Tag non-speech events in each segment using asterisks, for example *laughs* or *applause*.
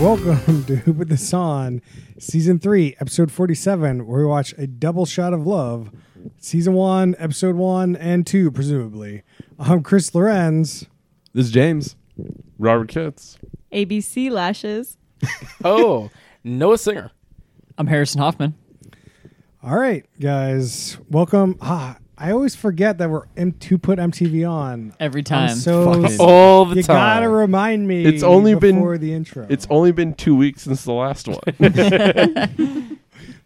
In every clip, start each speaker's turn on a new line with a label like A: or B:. A: welcome to Who Put This On, Season 3, Episode 47, where we watch a double shot of love, Season 1, Episode 1, and 2, presumably. I'm Chris Lorenz.
B: This is James. Robert Kitts.
C: ABC lashes.
D: Oh, Noah Singer.
E: I'm Harrison Hoffman.
A: All right, guys, welcome. Ah, I always forget that we're M- to put MTV on.
E: Every
A: I'm
E: time.
A: so
B: Fucking-
D: All the
A: you
D: time.
A: gotta remind me.
B: It's only been-
A: before the intro.
B: It's only been two weeks since the last
C: *laughs*
B: one.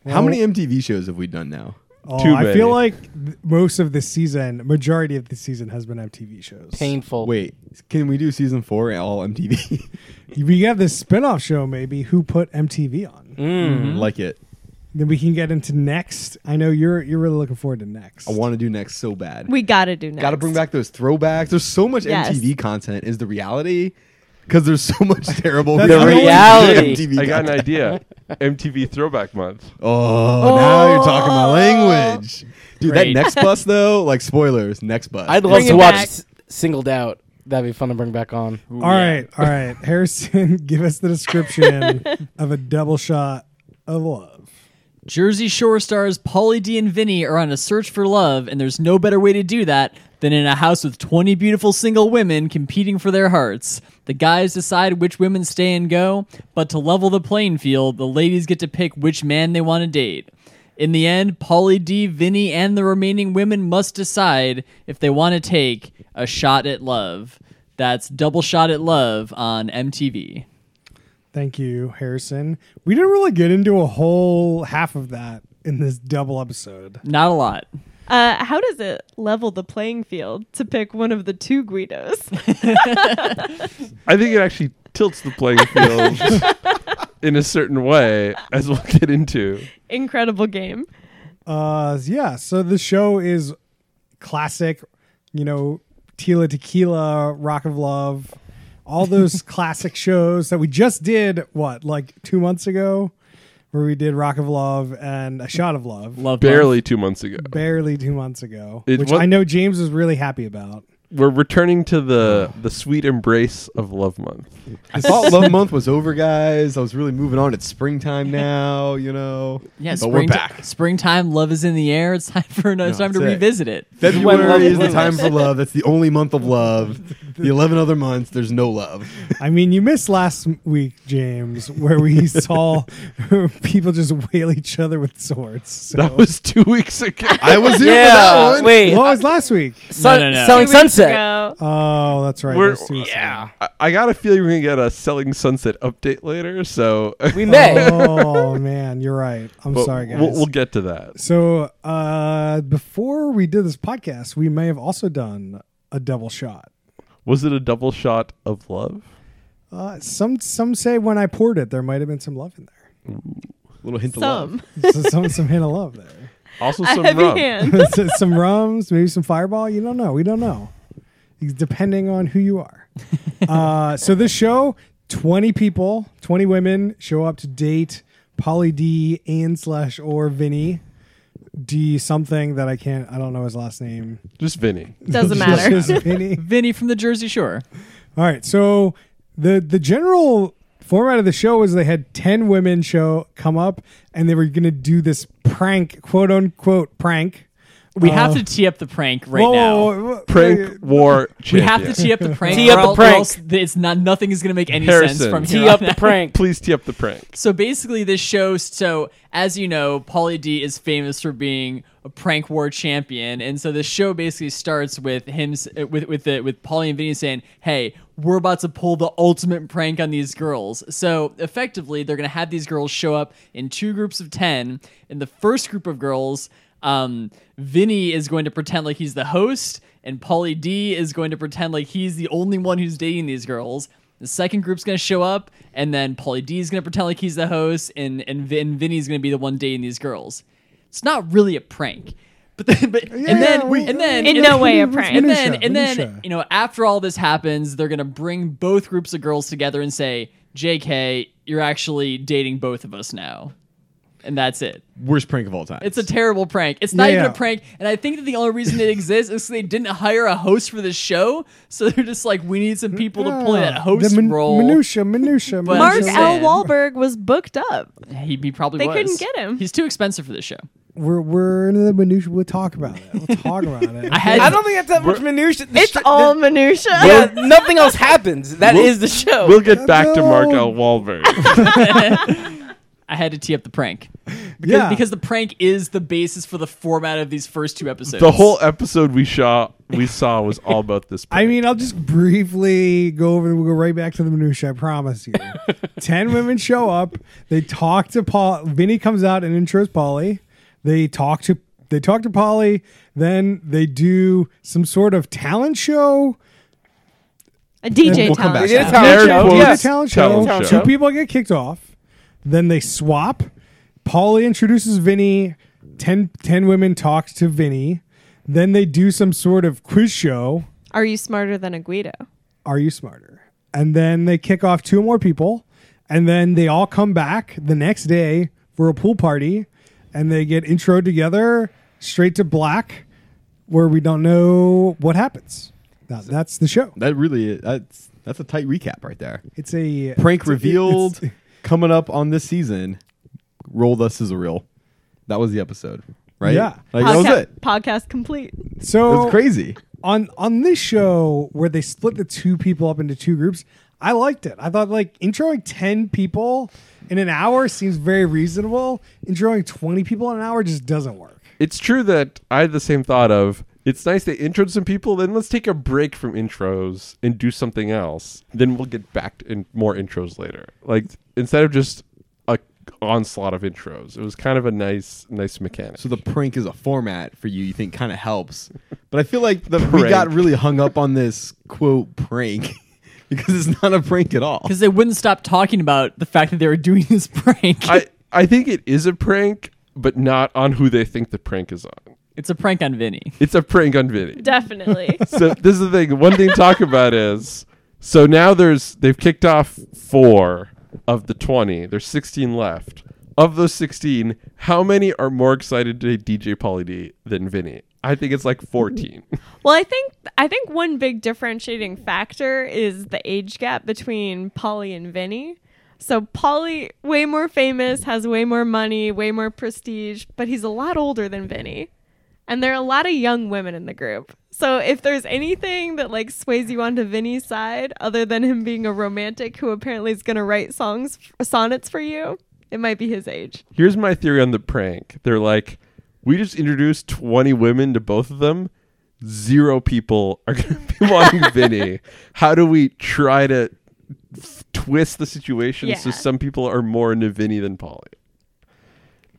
F: How many MTV shows have we done now?
A: Oh,
B: too
A: I feel
B: many.
A: like th- most of the season, majority of the season, has been MTV shows.
D: Painful.
F: Wait, can we do season four all MTV? *laughs*
A: We have this spin-off show, maybe. Who put MTV on?
F: like it.
A: Then we can get into next. I know you're you're really looking forward to next.
F: I want to do next so bad.
C: We gotta do next.
F: Got to bring back those throwbacks. There's so much
C: Yes.
F: MTV content. Is the reality? Because there's so much terrible
A: That's The
F: *laughs*
D: reality.
F: MTV
B: I got an
F: content.
B: idea. MTV Throwback Month.
F: Oh, now you're talking my language, dude.
E: Great.
F: That next bus though, like spoilers. Next bus.
D: I'd love
C: Bring
D: to
C: it
D: watch
C: back.
D: S- Singled Out. That'd be fun to bring back on.
A: All right, all
F: *laughs*
A: right. Harrison, *laughs* give us the description of a double shot of love.
E: Jersey Shore stars Pauly D and Vinny are on a search for love, and there's no better way to do that than in a house with 20 beautiful single women competing for their hearts. The guys decide which women stay and go, but to level the playing field, the ladies get to pick which man they want to date. In the end, Pauly D, Vinny, and the remaining women must decide if they want to take a shot at love. That's Double Shot at Love on MTV.
A: Thank you, Harrison. We didn't really get into a whole half of that in this double episode.
E: Not a lot.
C: Uh, how does it level the playing field to pick one of the two Guidos?
F: *laughs*
B: I think it actually tilts the playing field in a certain way, as we'll get into.
C: Incredible game.
A: Uh yeah, so the show is classic, you know, Tila Tequila, Rock of Love, all those classic shows that we just did what, like 2 months ago where we did Rock of Love and A Shot of Love.
E: Love Love.
B: Barely two months ago.
A: barely two months ago,
B: It
A: which
B: wa-
A: I know James was really happy about.
B: We're returning to the, the sweet embrace of Love Month.
F: I thought Love Month was over, guys. I was really moving on. It's springtime now, you know.
E: Yeah,
F: but
E: spring
F: we're back.
E: springtime, love is in the air. It's time for another, it's
F: No,
E: time to
F: that's it.
E: revisit it.
F: February is the
D: wins.
F: time for love. That's the only month of love. The 11 other months, there's no love.
A: I mean, you missed last m- week, James, where
B: *laughs*
A: we saw people just wail each other with swords. So.
B: That was two weeks ago.
F: I was here for that
D: Yeah.
F: one.
D: Wait.
A: what was last week?
D: Sun-
E: No, no, no.
D: Selling
C: Two weeks
D: Sunset.
C: ago.
A: Oh, that's right.
B: We're-
A: those two
D: yeah.
B: I, I got a feeling we're going to get a Selling Sunset update later, so.
A: said.
D: We may.
A: Oh man, you're right. I'm
B: *laughs* but
A: sorry, guys.
B: We'll, we'll get to that.
A: so uh, before we did this podcast, we may have also done a double shot.
B: Was it a double shot of love?
A: Uh, some some say when I poured it, there might have been some love in there.
F: Little hint of love.
C: Some.
A: So some some hint of love there.
B: Also,
C: A
B: some
C: heavy
B: rum.
C: hand.
F: *laughs*
A: So *laughs* some rums, maybe some fireball. You don't know. We don't know. It's depending on who you
E: *laughs*
A: are. uh, so this show, 20 people, 20 women show up to date Polly D and slash or Vinny D something that I can't, I don't know his last name.
B: Just Vinny.
C: Doesn't matter.
A: Just Vinny.
E: Vinny from the Jersey Shore.
A: All right. So the the general format of the show was they had 10 women show come up and they were going to do this prank, quote unquote prank.
E: We have
A: Uh,
E: to tee up the prank right
A: Whoa,
E: now.
A: whoa, whoa, whoa.
B: Prank war
E: We
B: champion.
E: have to tee up the prank.
D: Tee up
E: or
D: the
E: el- or
D: prank.
E: else th- it's not nothing is going to make any
B: Harrison.
E: sense from here
D: Tee up
E: on
B: *laughs*
D: the
E: out.
D: prank.
B: Please tee up the prank.
E: So basically, this show. So as you know, Pauly D is famous for being a prank war champion, and so the show basically starts with him s- uh, with with the, with Pauly and Vinny saying, "Hey, we're about to pull the ultimate prank on these girls." So effectively, they're gonna have these girls show up in two groups of ten. In the first group of girls, um, Vinny is going to pretend like he's the host, and Pauly D is going to pretend like he's the only one who's dating these girls. The second group's gonna show up, and then Pauly D is gonna pretend like he's the host, and and, Vin, Vinny's gonna be the one dating these girls. It's not really a prank, but then, but and then
A: we-
E: and then
C: In
E: and-
C: no way a prank.
E: And
A: Minutia,
E: then and
A: minutia.
E: then you know after all this happens, they're gonna bring both groups of girls together and say, "JK, you're actually dating both of us now." and that's it.
F: Worst prank of all time.
E: It's a terrible prank. It's not even
A: Yeah.
E: a prank. And I think that the only reason it exists is 'cause they didn't hire a host for this show. So they're just like, we need some people to play that
A: Ah,
E: host
A: the min-
E: role.
A: Minutia, minutia, minutia.
E: But-
C: *laughs*
E: I'm
C: Mark
E: just
C: L.
E: saying.
C: Wahlberg was booked up.
E: He, he probably
C: They
E: was.
C: couldn't get him.
E: He's too expensive for this show.
A: We're we're into the minutia. We'll talk about it. We'll talk about it.
E: *laughs* I had.
D: I don't think that's that much minutia. The
C: It's
D: shit-
C: all
D: the-
C: minutia.
D: yeah, nothing else happens. That
B: We'll-
D: is the show.
B: We'll get back to Mark
A: No.
B: L. Wahlberg.
E: I had to tee up the prank because,
A: yeah,
E: *laughs* because the prank is the basis for the format of these first two episodes.
B: the whole episode we shot, we saw was all about this.
A: I mean, I'll just briefly go over. We'll go right back to the minutia. I promise
E: *laughs*
A: you. Ten women show up. They talk to Paul. Vinny comes out and intros Polly. They talk to they talk to Polly. Then they do some sort of talent show.
C: A DJ
F: We'll come
C: talent
F: back.
D: They did a
C: show.
D: talent
B: Air
D: show.
B: quotes.
A: It's
D: Yes.
A: a talent show.
B: Talent
A: Two
B: show.
A: people get kicked off. Then they swap. Paulie introduces Vinny. Ten, ten women talk to Vinny. Then they do some sort of quiz show.
C: Are you smarter than a Guido?
A: Are you smarter? And then they kick off two more people. And then they all come back the next day for a pool party. And they get intro together straight to black, where we don't know what happens. That, that's the show.
F: that really is, that's that's a tight recap right there.
A: It's a
F: Prank
A: it's-
F: revealed
A: it's-
F: coming up on this season. Roll the sizzle reel. That was the episode, right?
A: Yeah.
F: like, that was
C: Podca-
F: it.
C: Podcast complete.
F: It
A: So
F: was crazy.
A: on on this show where they split the two people up into two groups i liked it i thought like introing 10 people in an hour seems very reasonable introing 20 people in an hour just doesn't work
B: It's true that I had the same thought of it's nice they introed some people, then let's take a break from intros and do something else. Then we'll get back to in more intros later. Like instead of just a onslaught of intros. It was kind of a nice nice mechanic.
F: So the prank is a format for you. You think kind of helps, but I feel like the, we got
B: Prank.
F: really hung up on this quote prank *laughs* because it's not a prank at all.
E: because they wouldn't stop talking about the fact that they were doing this prank.
B: I, I think it is a prank, but not on who they think the prank is on.
E: *laughs* it's a prank on Vinny. *laughs*
B: It's a prank on Vinny.
C: Definitely.
F: *laughs*
B: so this is the thing. One thing to talk about is so now there's they've kicked off four of the twenty. There's sixteen left. Of those sixteen, how many are more excited to DJ Poly D than Vinny? I think it's like fourteen.
C: well, I think I think one big differentiating factor is the age gap between Polly and Vinny. So Polly, way more famous, has way more money, way more prestige, but he's a lot older than Vinny. And there are a lot of young women in the group. So if there's anything that like sways you onto Vinny's side, other than him being a romantic who apparently is going to write songs, sonnets for you, it might be his age.
B: Here's my theory on the prank. They're like, we just introduced twenty women to both of them. Zero people are *laughs* gonna be wanting Vinny. How do we try to f- twist the situation so
C: Yeah.
B: some people are more into Vinny than Polly?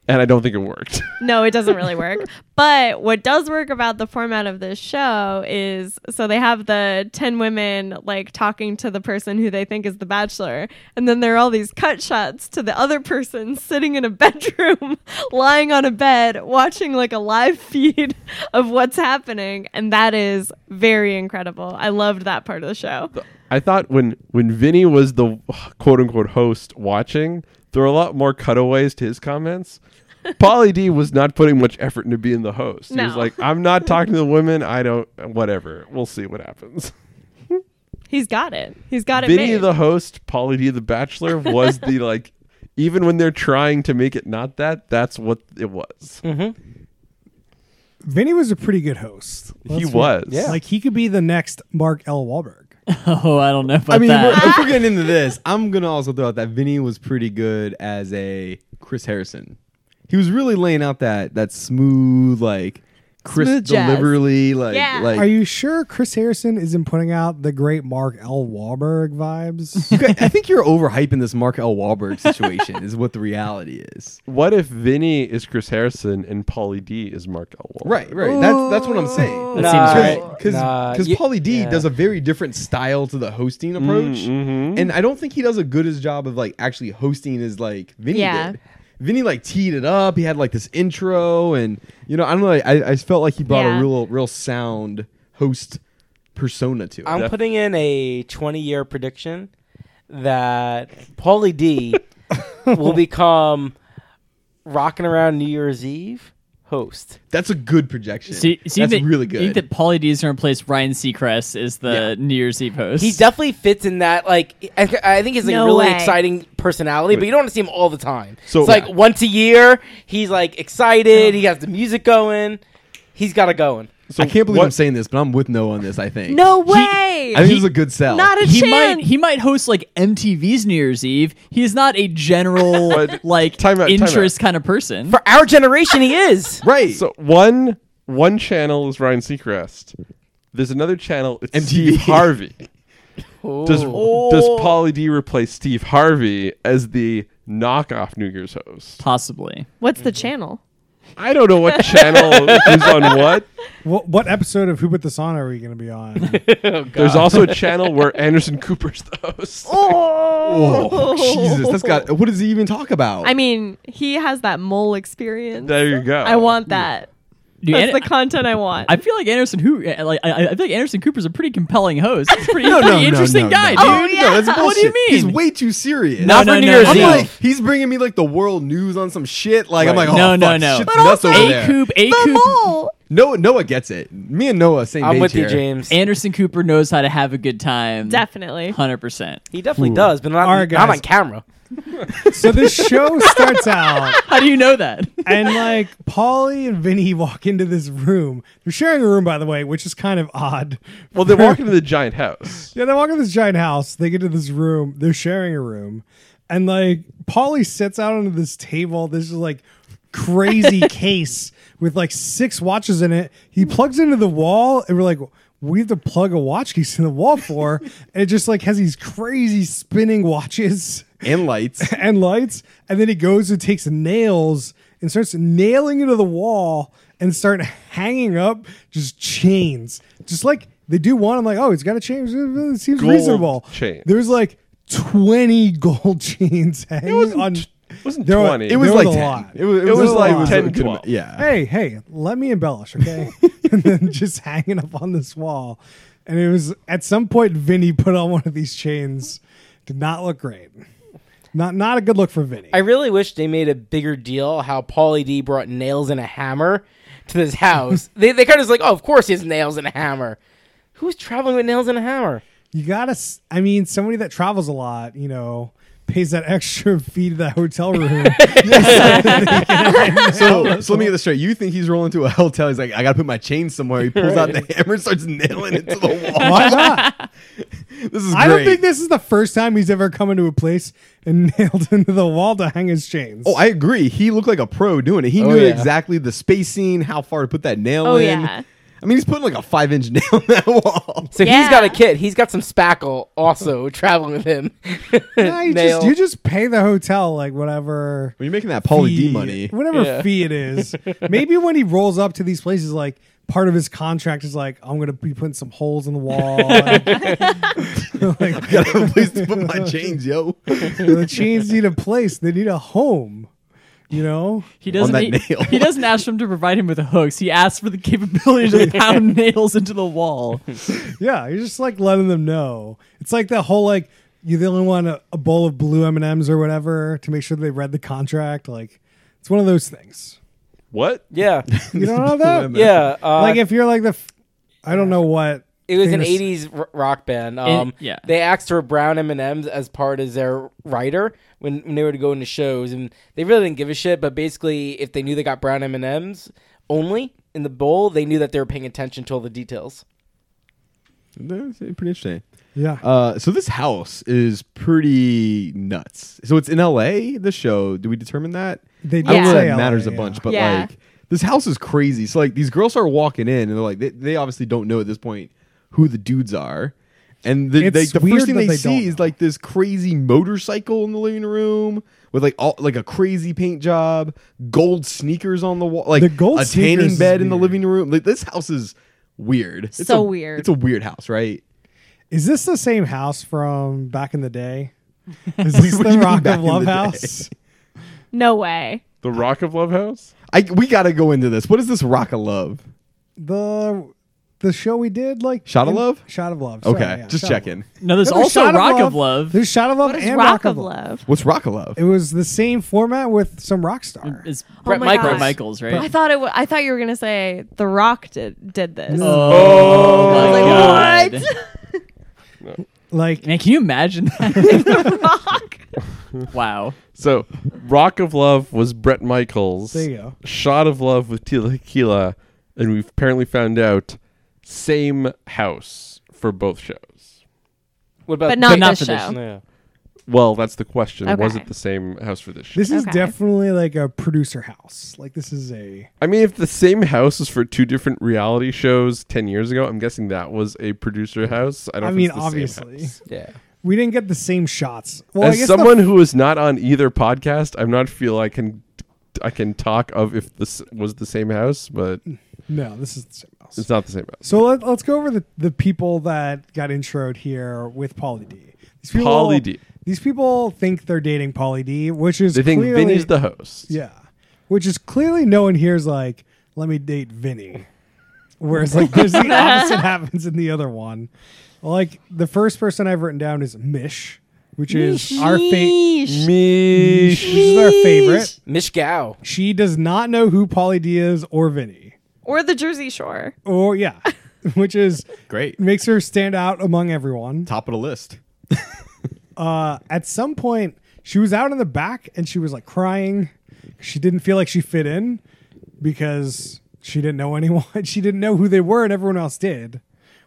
B: And I don't think it worked.
C: No, it doesn't really work. but what does work about the format of this show is so they have the 10 women like talking to the person who they think is the bachelor. And then there are all these cut shots to the other person *laughs* sitting in a bedroom, *laughs* lying on a bed, watching like a live *laughs* feed of what's happening. And that is very incredible. I loved that part of the show.
B: I thought when when Vinny was the quote unquote host watching, there were a lot more cutaways to his comments. Polly D was not putting much effort into being the host. He was
C: No.
B: like, "I'm not talking to the women. I don't. Whatever. We'll see what happens."
C: He's got it. He's got it.
B: Vinny
C: made.
B: the host, Polly D the bachelor was the like. Even when they're trying to make it not that, that's what it was.
A: vinny was a pretty good host
B: he was.
D: Yeah.
A: like he could be the next mark l Wahlberg.
E: Oh, I don't know about
F: I mean,
E: that.
F: we're, if we're getting into this, I'm gonna also throw out that Vinny was pretty good as a Chris Harrison. He was really laying out that that smooth like Chris
C: Smooth jazz.
F: deliberately like
C: Yeah.
F: like
A: are you sure chris harrison isn't putting out the great mark l Wahlberg vibes *laughs*
F: You guys- *laughs* I think you're overhyping this Mark L. Wahlberg situation is what the reality is.
B: What if Vinny is Chris Harrison and Polly D is Mark Elwell?
F: Right, right. That's that's what I'm saying.
D: That seems right.
F: Because
D: Nah,
F: because
D: ye-
F: Pauly D
D: yeah.
F: does a very different style to the hosting approach, and I don't think he does a good as job of like actually hosting as like Vinny
C: Yeah.
F: did. Vinny like teed it up. He had like this intro, and you know I don't know. I, I felt like he brought
C: Yeah.
F: a real real sound host persona to it.
D: I'm
B: Def-
D: putting in a 20 year prediction that Paulie D will become rocking around New Year's Eve host.
F: That's a good projection.
E: See, see
F: That's
E: that,
F: really
E: You
F: good.
E: think that Pauly D is going to replace Ryan Seacrest as the New Year's Eve host?
D: He definitely fits in that. Like, I, I think he's like
C: No
D: really
C: way.
D: exciting personality, but you don't want to see him all the time.
B: So-
D: So it's like once a year, he's like excited. He has the music going. He's got it going.
B: So
F: I can't believe
B: what-
F: I'm saying this, but I'm with no on this. I think.
C: No way.
F: I think this is a good sell.
C: Not a
E: he might
C: chance.
E: he might host like MTV's New Year's Eve. He is not a general
B: But-
E: like
B: Time out, time
E: interest kind of person.
D: For our generation, he is.
C: *laughs*
F: right.
B: So one one channel is Ryan Seacrest. There's another channel. It's
F: MTV.
B: Steve Harvey. Does does Pauly D replace Steve Harvey as the knockoff New Year's host?
E: Possibly.
C: What's the channel?
B: I don't know *laughs* what channel is *laughs* on what.
A: What, what episode of Who Put This On are we going to be on?
B: *laughs* There's also a channel where Anderson Cooper's the host.
F: oh, Jesus, that's got. What does he even talk about?
C: I mean, he has that mole experience.
B: There you go.
C: I want that.
E: Dude,
C: That's
E: and-
C: the content I want.
E: I feel like Anderson who like I, I feel like Anderson Cooper's a pretty compelling host. He's a
F: *laughs*
E: pretty,
F: no, no,
E: pretty
F: no,
E: interesting
F: no,
E: guy,
F: no.
E: dude.
C: dude. Oh, yeah.
F: No, that's
E: What do you
F: bullshit. He's
E: mean?
F: way too serious.
E: No,
D: Not
E: no,
D: for New
E: no,
D: Year's
E: no.
F: I'm
D: Eve.
F: like, *laughs* he's bringing me like the world news on some shit. Like I'm
B: Right.
F: like, oh,
E: No, no,
F: fuck,
E: no.
F: shit's
E: But
F: nuts
E: A
F: over there.
E: Coop, A
C: the
E: Coop.
C: mole.
F: Noah, Noah gets it. Me and Noah, same
D: I'm
F: page
D: with you,
F: here.
D: James.
E: Anderson Cooper knows how to have a good time.
C: Definitely.
E: hundred percent.
D: he definitely does, but not,
A: All right,
D: not
A: guys.
D: on camera.
A: so this show starts out
E: How do you
C: *laughs*
E: know that?
A: and like Polly and Vinny walk into this room. They're sharing a room, by the way, which is kind of odd.
B: Well, they walk into the giant house.
A: Yeah, they walk into this giant house. They get to this room. They're sharing a room, and like Polly sits out onto this table. This is like crazy case with like six watches in it. He plugs into the wall, and we're like. We have to plug a watch case in the wall for, and it just like has these crazy spinning watches *laughs*
F: And lights.
A: and lights, and then he goes and takes nails and starts nailing into the wall and start hanging up just chains, just like they do one. I'm like, oh, he's got a chain. It seems
B: Gold
A: reasonable.
B: chain.
A: There's like 20 *laughs* gold chains hanging
B: wasn't
A: on.
B: t- It wasn't
A: There were-
B: 20.
F: It was
A: There was
F: like
A: a
F: ten.
A: lot.
F: It was,
B: It was
F: a
A: like
F: lot.
B: 10,
F: It was a good
B: 12.
F: amount. Yeah.
A: hey, hey, let me embellish, okay? and then just hanging up on this wall. And it was at some point Vinny put on one of these chains. Did not look great. Not not a good look for Vinny.
D: I really wish they made a bigger deal how Paulie D brought nails and a hammer to this *laughs* house. they they kind of just like, oh, of course he has nails and a hammer. Who's traveling with nails and a hammer?
A: You gotta. s- I mean, somebody that travels a lot, you know, pays that *laughs* extra fee to that hotel
F: *laughs*
A: room.
F: So, so let me get this straight. You think he's rolling to a hotel? He's like, I gotta put my chain somewhere. He pulls out the hammer, and starts nailing it to
A: *laughs*
F: the wall.
A: Why not?
F: *laughs* This is.
A: I don't
F: great.
A: think this is the first time he's ever come into a place and *laughs* nailed into the wall to hang his chains.
F: Oh, I agree. He looked like a pro doing it. He
D: Oh,
F: knew
D: yeah.
F: exactly the spacing, how far to put that nail
C: Oh,
F: in.
C: yeah.
F: I mean, he's putting like a five inch *laughs* nail in that wall.
D: So
C: Yeah.
D: he's got a kid. He's got some spackle
A: *laughs*
D: also traveling with him.
A: Nah, you
D: Nail.
A: just you just pay the hotel like whatever.
F: When you're making that Pauly D
A: fee-
F: money, *laughs*
A: whatever fee it is. Maybe when he rolls up to these places, like part of his contract is like, I'm gonna be putting some holes in the
F: *laughs*
A: wall. like,
F: gotta *laughs* have a place to put my chains, yo.
A: the chains need a place. They need a home. You know.
E: He doesn't.
F: that
E: he,
F: nail.
E: he doesn't ask them to provide him with hooks. He asks for the capability to pound nails into the wall.
A: Yeah, you're just like letting them know. It's like that whole like you they only want a, a bowl of blue M and M's or whatever to make sure they read the contract. Like it's one of those things.
B: What?
A: *laughs*
D: yeah,
A: You don't know that?
D: yeah. Uh,
A: M&M. like if you're like the, f- I don't know what
D: it was an
A: famous-
D: '80s r- rock band. Um,
E: yeah.
D: They asked for brown M and M's as part as their writer when, when they were to go into shows, and they really didn't give a shit. But basically, if they knew they got brown M and M's only in the bowl, they knew that they were paying attention to all the details.
F: That's pretty interesting.
A: Yeah,
F: Uh, so this house is pretty nuts. So it's in L.A. The show. Do we determine that?
A: they
F: I
A: did
F: don't know
A: say
F: that
A: LA,
F: matters a
A: yeah.
F: bunch, but
C: Yeah.
F: like this house is crazy. So like these girls are walking in and they're like they, they obviously don't know at this point who the dudes are. And the,
A: It's
F: they, the
A: weird
F: first thing
A: that
F: they,
A: they don't
F: see is
A: know.
F: like this crazy motorcycle in the living room with like all like a crazy paint job, gold sneakers on the wall, like
A: The gold
F: a
A: sneakers
F: tanning
A: is
F: bed in the
A: weird.
F: living room. Like this house is weird. It's
C: So
F: a-
C: weird.
F: It's a weird house, right?
A: Is this the same house from back in the
F: *laughs*
A: day? Is this
F: What do
A: the
F: you mean
A: Rock
F: back
A: of
F: in
A: Love
F: the day?
A: House?
C: No way.
B: The Rock of Love House?
F: I we got to go into this. What is this rock of love?
A: The the show we did like
F: Shot of
A: in-
F: Love?
A: Shot of Love.
F: Okay,
A: Sorry, yeah,
F: just
A: Shot of Love.
F: checking.
E: No, there's
A: No, there's
E: also
A: Shot
E: Rock of Love.
A: There's Shot of Love
C: What is
A: and
C: Rock of Love?
F: What's Rock of Love?
A: It was the same format with some rock star.
E: Is
C: Brett
E: Brett
C: Michaels.
E: Michaels, right?
C: I thought it. W- I thought you were gonna say The Rock did did this.
E: oh,
C: I
E: my
C: was
E: God.
C: like, what?
A: Like
E: Man, can you imagine
C: *laughs*
E: that?
C: the Rock.
E: *laughs* wow.
B: So, Rock of Love was Brett Michaels.
A: There you go.
B: Shot of Love with Tila Tequila, and we've apparently found out same house for both shows.
D: What about
C: But not,
E: But not
C: this
E: for this,
C: show.
D: Yeah.
B: Well, that's the question. Was
C: Okay.
B: it the same house for this show?
A: this is
C: Okay.
A: definitely like a producer house. Like this is a
B: I mean, if the same house is for two different reality shows 10 years ago, I'm guessing that was a producer house. I don't
A: I
B: know if
A: mean,
B: it's the same
A: obviously.
B: house.
D: Yeah.
A: We didn't get the same shots. Well, I
B: As
A: guess the-
B: someone who is not on either podcast, I'm not feel I can I can talk of if this was the same house, but
A: no, this is the same house.
B: it's not the same house.
A: So let, let's go over the, the people that got introed here with Pauly D. These people,
B: Pauly D.
A: These people think they're dating Pauly D, which is
B: They think
A: clearly,
B: Vinny's the host.
A: yeah, which is clearly no one here is like, let me date Vinny. Whereas like there's the *laughs* opposite happens in the other one. Like the first person I've written down is Mish, which is our favorite.
C: Yeesh.
A: Mish, which is our favorite.
D: Mish Gao.
A: She does not know who Pauly D is or Vinny.
C: Or the Jersey Shore.
A: Or yeah, *laughs* which is
F: Great.
A: makes her stand out among everyone.
F: Top of the list.
A: Uh, at some point, she was out in the back and she was like crying. She didn't feel like she fit in because she didn't know *laughs* anyone. She didn't know who they were, and everyone else did,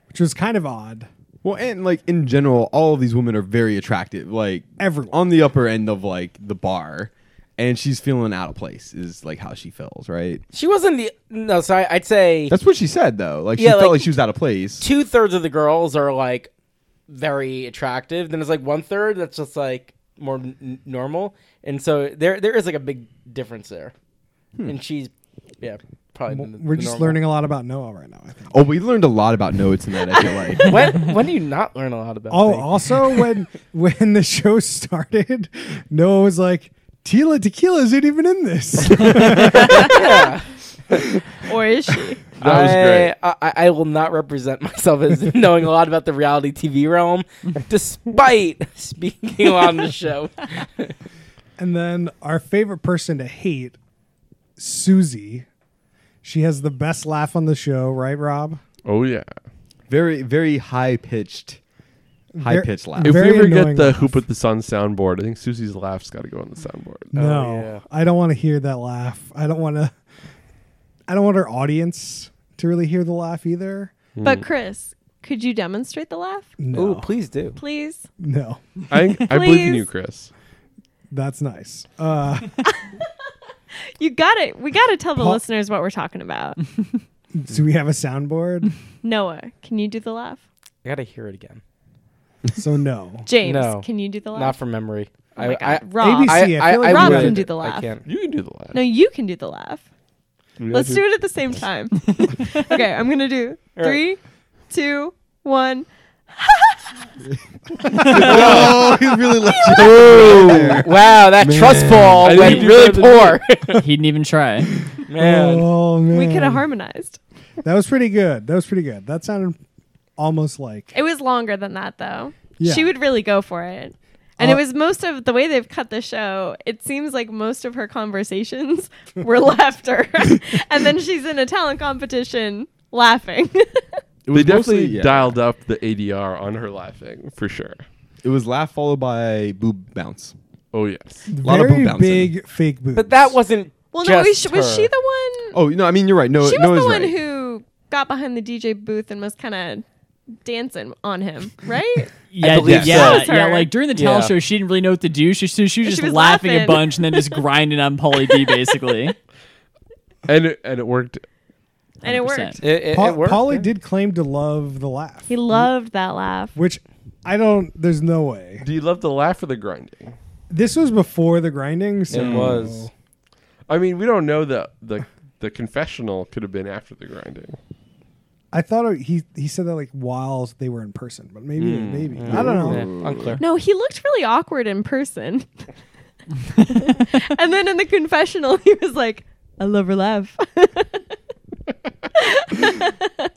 A: which was kind of odd.
F: Well, and like in general, all of these women are very attractive. Like
A: Everyone.
F: on the upper end of like the bar, and she's feeling out of place is like how she feels, right?
D: She wasn't the no. So I, I'd say
F: That's what she said though. Like she
D: Yeah,
F: felt
D: like-
F: like, she was out of place.
D: two thirds of the girls are like very attractive. Then it's like one third that's just like more n- normal. And so there there is like a big difference there. And she's yeah probably the-
A: We're
D: the
A: just
D: normal.
A: learning a lot about Noah right now. I think.
F: Oh, we learned a lot about Noah tonight. I feel like
D: *laughs* *laughs* When when do you not learn a lot about?
A: Oh,
D: things?
A: also when when the show started, Noah was like, "Tila Tequila isn't even in this."
C: Or is she?
B: That was great.
D: I, I, I will not represent *laughs* myself as knowing a lot about the reality TV
A: *laughs*
D: realm, despite speaking on the show.
A: And then our favorite person to hate, Susie. She has the best laugh on the show, right, Rob?
B: Oh yeah.
F: very, very high pitched, high pitched laugh.
B: If *laughs*
A: Very
B: we ever
A: annoying
B: get the
A: laugh.
B: who put this on soundboard, I think Susie's laugh's got to go on the soundboard.
A: No,
D: Oh, yeah.
A: I don't want to hear that laugh. I don't want to. I don't want our audience to really hear the laugh either.
E: Hmm.
C: But Chris, could you demonstrate the laugh,
A: No,
D: Ooh, please do.
C: please?
A: no,
B: I I believe in
C: Please.
B: you, Chris.
A: that's nice. Uh, *laughs*
C: You got to We got to tell the
A: Paul-
C: listeners what we're talking
E: *laughs*
C: about.
A: do we have a
D: *laughs*
A: soundboard?
C: Noah, can you do the laugh?
D: I gotta hear it again.
A: So no.
C: James,
D: No.
C: can you do the laugh?
D: Not from memory.
C: oh my
D: I,
C: God. Rob.
A: ABC.
D: I,
A: See, I feel like
C: Rob
D: would.
C: can do the
D: I
C: laugh.
D: can't.
B: You can do the laugh.
C: no, you can do the laugh.
B: You
C: Let's
B: guys
C: do
B: are-
C: it at the same time. okay, I'm gonna do
D: All right.
C: three, two, one.
F: *laughs* oh, he really let you.
D: Wow, that trust fall
B: I
D: went
B: didn't
D: really
B: do
D: poor.
B: that
D: *laughs*
E: He didn't even *laughs* try.
D: Man,
A: Oh man,
C: We could have harmonized.
A: That was pretty good. That was pretty good. That sounded almost like
C: It was longer than that though.
A: Yeah.
C: She would really go for it. And
A: Uh,
C: it was most of the way they've cut the show. It seems like most of her conversations *laughs* were laughter, and then she's in a talent competition laughing. *laughs*
B: They
F: was mostly-
B: definitely
F: yeah.
B: dialed up the ADR on her laughing for sure.
F: It was laugh followed by boob bounce.
B: Oh yes.
F: A lot of
A: very
F: boob bouncing.
A: big fake boobs.
D: but that wasn't.
C: well, no,
D: just
C: was she, was
D: her.
C: she the one?
F: Oh no, I mean you're right. No,
C: she
F: no
C: was
F: is
C: the one
F: right.
C: who got behind the DJ booth and was kind of dancing on him, right?
E: Yeah,
D: believe
E: dude, yeah,
C: so.
E: yeah. Like during the talent
D: Yeah.
E: show, she didn't really know what to do. She, she, she was
C: She
E: just
C: was
E: laughing, a
C: laughing.
E: bunch and then just grinding on Pauly D, basically. *laughs*
B: And it, and it worked.
C: and it
E: 100%.
C: worked.
D: It, it,
A: Pa-
D: it worked.
A: Pauly
D: yeah.
A: did claim to love the laugh,
C: He loved that laugh.
A: which I don't. There's no way.
B: Do you love the laugh or the grinding?
A: This was before the grinding. So
D: It was.
B: I mean, we don't know the the the confessional could have been after the grinding.
A: I thought it- he he said that like while they were in person, but maybe maybe I don't know.
D: Hmm. Yeah, unclear.
C: No, he looked really awkward in person. and *laughs* then in the confessional, he was like, I love her laugh.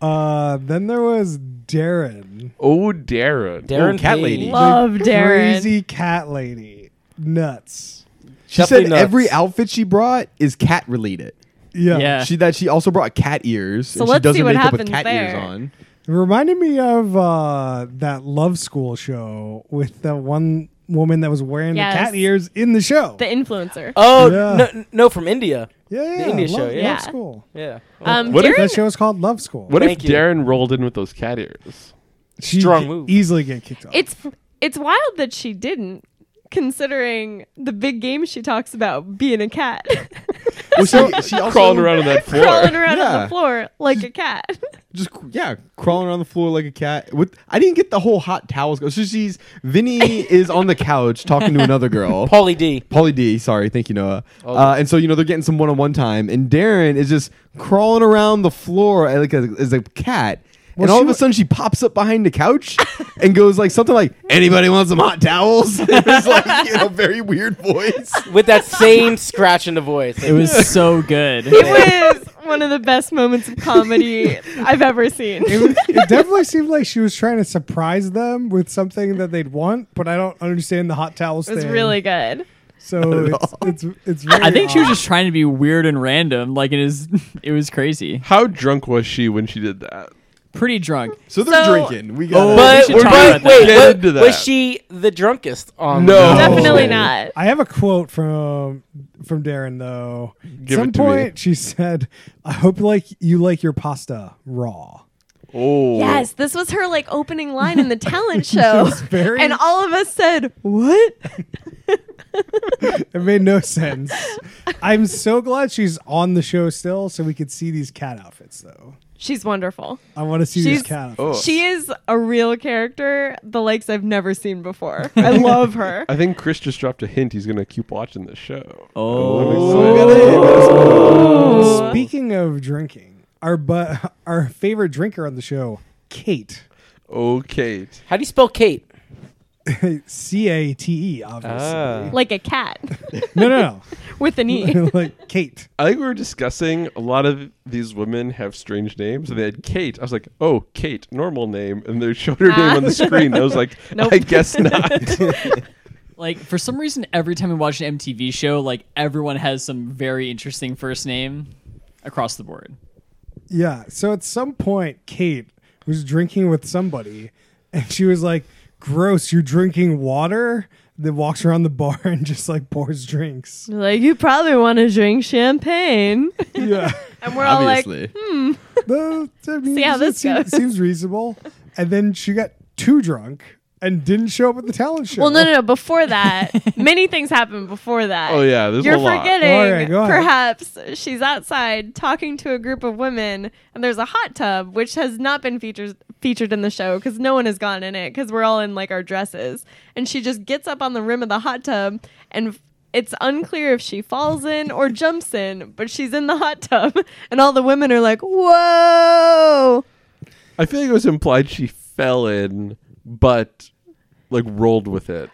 A: Uh, then there was Darren,
B: Oh, Darren.
D: Darren
F: Oh, cat
D: Page.
F: lady.
C: Love Darren.
A: crazy cat lady, nuts.
F: She
D: Definitely
F: said
D: nuts.
F: every outfit she brought is cat related.
A: Yeah.
E: Yeah.
F: She that she also brought cat ears. and
C: let's
F: she doesn't
C: see what
F: make up with
C: happens
F: cat ears
C: there. *laughs*
F: on.
A: It reminded me of uh, that Love School show with the one woman that was wearing
C: Yes.
A: the cat ears in the show.
C: the influencer.
D: Oh
A: Yeah.
D: no, no, from India.
A: yeah, yeah,
D: the India
A: Love,
D: show,
A: Love
D: yeah.
A: School.
D: Yeah.
C: Um,
B: What if
C: Darren,
A: That show is called Love School.
B: What
D: Thank
B: if
D: you.
B: Darren rolled in with those cat ears?
A: She
D: Strong
A: could
D: move.
A: Easily get kicked off.
C: it's it's wild that she didn't, considering the big game she talks about being a cat,
F: Well, *laughs* she, she also
B: *laughs* Crawling around on that floor.
C: *laughs* crawling around on
F: Yeah.
C: the floor like a cat.
F: just cr- yeah, crawling around the floor like a cat. With I didn't get the whole hot towels. go- So she's Vinny is on the couch talking to another
D: *laughs*
F: girl.
D: Paulie D.
F: Polly D, sorry, thank you, Noah. Uh, and so you know they're getting some one-on-one time, and Darren is just crawling around the floor uh, like a, as a cat. and
A: Well,
F: all
A: she
F: of a
A: wa-
F: sudden, she pops up behind the couch *laughs* and goes like something like, "Anybody want some hot towels?" *laughs* it's like you know, very weird voice.
D: With that same scratch in the voice.
E: It was so good.
C: It was one of the best moments of comedy I've ever seen.
A: it, was- it definitely seemed like she was trying to surprise them with something that they'd want, but I don't understand the hot towels
C: It was
A: thing.
C: really good.
A: so it's, it's it's very
E: I think she was
A: odd.
E: just trying to be weird and random. Like it is, *laughs* it was crazy.
B: How drunk was she when she did that?
E: Pretty drunk.
F: So they're
C: So-
F: drinking. We got.
E: we
D: but
E: should
D: but
E: talk about that.
D: wait,
B: Get
D: what-
B: into that.
D: was she the drunkest on?
B: No.
D: the-
C: Definitely not.
A: I have a quote from from Darren though. At
B: Give
A: some
B: it to me.
A: point she said, "I hope like you like your pasta raw."
B: Oh.
C: Yes, this was her like opening line in
A: *laughs*
C: the talent show.
A: was very-
C: And all of us said, What?
A: It made no sense. I'm so glad she's on the show still, so we could see these cat outfits though.
C: She's wonderful.
A: I want to see
C: She's
A: these cat outfits.
B: Oh.
C: she is a real character, the likes I've never seen
A: *laughs*
C: before. I love her.
B: I think Chris just dropped a hint. He's gonna keep watching this show. Oh.
A: Speaking of drinking, our but *laughs* our favorite drinker on the show, Kate. *laughs*
B: Okay.
D: How do you spell Kate?
A: C A T E, obviously.
C: Like a
A: *laughs*
C: cat
A: no, no,
C: with an E.
A: no. *laughs* like Kate.
B: I think we were discussing a lot of these women have strange names. And they had Kate. I was like, oh, Kate, normal name. And they showed her name on the screen. I was like,
C: Nope.
B: I guess not.
E: Like for some reason, every time we watch an MTV show, like everyone has some very interesting first name across the board.
A: Yeah. So at some point, Kate was drinking with somebody, and she was like, "Gross! You're drinking water." Then walks around the bar and just like pours drinks.
C: Like, you probably want to drink champagne. *laughs*
A: Yeah.
C: And we're all like, hmm.
A: The-
F: Obviously,
A: I mean,
C: See how
A: it
C: this
A: seem-
C: goes.
A: Seems reasonable. And then she got too drunk and didn't show up at the talent show.
C: Well, no, no, no. Before that,
A: *laughs*
C: many things happened before that.
B: Oh, yeah, there's a
C: You're
B: lot.
C: forgetting.
A: All right, go ahead.
C: perhaps she's outside talking to a group of women, and there's a hot tub which has not been featured featured in the show because no one has gone in it because we're all in like our dresses. And she just gets up on the rim of the hot tub, and f- it's unclear if she falls in or jumps in, but she's in the hot tub, *laughs* and all the women are like, "Whoa!"
B: I feel like it was implied she fell in, but like rolled with it.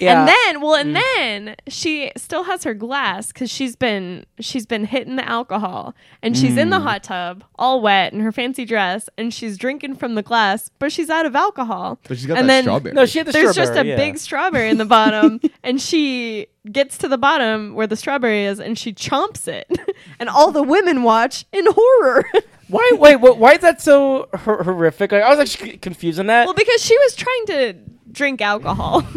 C: And then, well, and
D: Mm.
C: then she still has her glass because she's been she's been hitting the alcohol, and she's in the
D: Mm.
C: hot tub, all wet in her fancy dress, and she's drinking from the glass, but she's out of alcohol.
F: but she's got
C: and
F: that
C: then
F: strawberry.
D: no, she had the
C: There's
D: strawberry,
C: just a
D: yeah.
C: big strawberry in the bottom, *laughs* and she gets to the bottom where the strawberry is, and she chomps it, *laughs* and all the women watch in
D: *laughs*
C: horror. *laughs*
D: Why? Wait, what, why is that so hor- horrific? Like, I was actually c- confused on that.
C: well, because she was trying to drink alcohol. *laughs*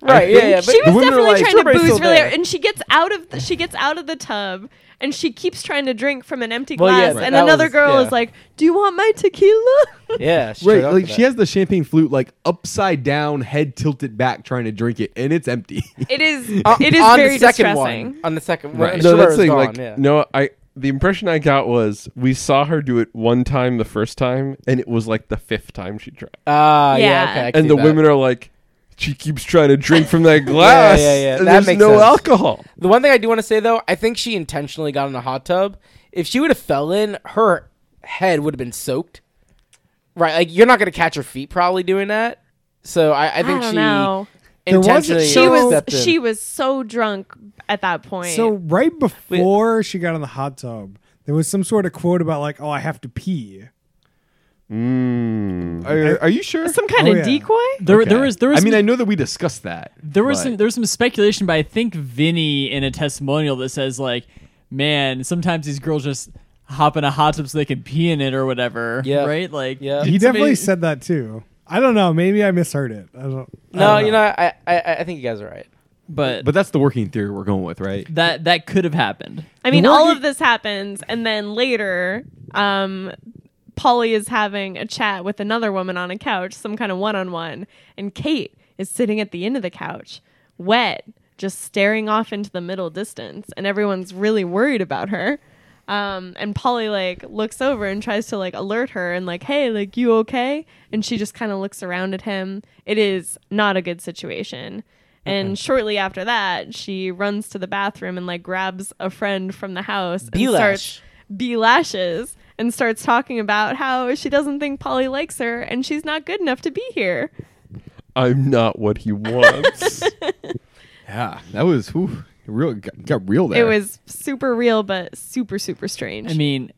D: right? Yeah, yeah. But
C: she was
F: women are
C: definitely
F: like,
C: trying to
D: "Strawberry's
C: booze
D: still
C: really,
D: there."
C: hard, and she gets out of the, she gets out of the tub, and she keeps trying to drink from an empty
D: Well, yeah,
C: glass,
D: right.
C: and
D: that
C: another
D: was-
C: girl
D: yeah.
C: is like, "Do you want my tequila?"
D: yeah, she
F: Right,
D: tried out
F: like
D: for
F: she
D: that.
F: has the champagne flute like upside down, head tilted back, trying to drink it, and it's empty.
C: *laughs*
F: *laughs*
C: it is,
D: Uh,
C: it is
D: on
C: very
D: the second
C: distressing.
D: one. On the second,
B: Right.
D: one,
B: No, that's
D: strawberry's
B: the thing.
D: gone,
B: Like,
D: yeah.
B: no, I. The impression I got was we saw her do it one time the first time, and it was like the fifth time she tried.
D: Ah, yeah.
C: Yeah.
D: okay, I can
B: And
D: see
B: the
D: that.
B: women are like, she keeps trying to drink from that glass.
D: *laughs* yeah, yeah.
B: And
D: That
B: there's
D: makes
B: no
D: sense.
B: alcohol.
D: The one thing I do want to say though, I think she intentionally got in a hot tub. If she would have fell in, her head would have been soaked. Right, like you're not gonna catch her feet probably doing that. So I, I
C: I
D: think
C: don't
D: she
C: know.
A: There wasn't-
D: intentionally
C: She
A: So-
C: was
D: stepped in.
C: she was so drunk at that point.
A: So right before she got on the hot tub, There was some sort of quote about like, "Oh, I have to pee."
B: Mm.
F: Are, are you sure?
C: Some kind
A: Oh,
C: of
A: yeah.
C: decoy?
E: There, there was, there was.
F: I mean,
E: some-
F: I know that we discussed that.
E: there was
F: but-
E: some, there was some speculation, but I think Vinny in a testimonial that says like, "Man, sometimes these girls just hop in a hot tub so they can pee in it or whatever."
D: Yeah.
E: right. Like,
D: Yeah.
A: He
E: it's
A: definitely
E: amazing.
A: said that too. I don't know. Maybe I misheard it. I don't. I
D: No,
A: don't
D: you know, I, I I think you guys are right.
E: but,
F: But that's the working theory we're going with, right?
E: that that could have happened.
C: I mean,
A: The more
C: all
A: you-
C: of this happens, and then later, um, Polly is having a chat with another woman on a couch, some kind of one-on-one, and Kate is sitting at the end of the couch, wet, just staring off into the middle distance, and everyone's really worried about her. Um, and Polly like looks over and tries to like alert her and like, hey, like you okay? And she just kind of looks around at him. It is not a good situation. And shortly after that, she runs to the bathroom and like grabs a friend from the house and
D: Belash.
C: starts bee lashes and starts talking about how she doesn't think Polly likes her and she's not good enough to be here.
B: I'm not what he
D: *laughs*
B: wants.
F: Yeah, that was whew, real. Got, got real there.
C: It was super real, but super super strange.
E: I mean,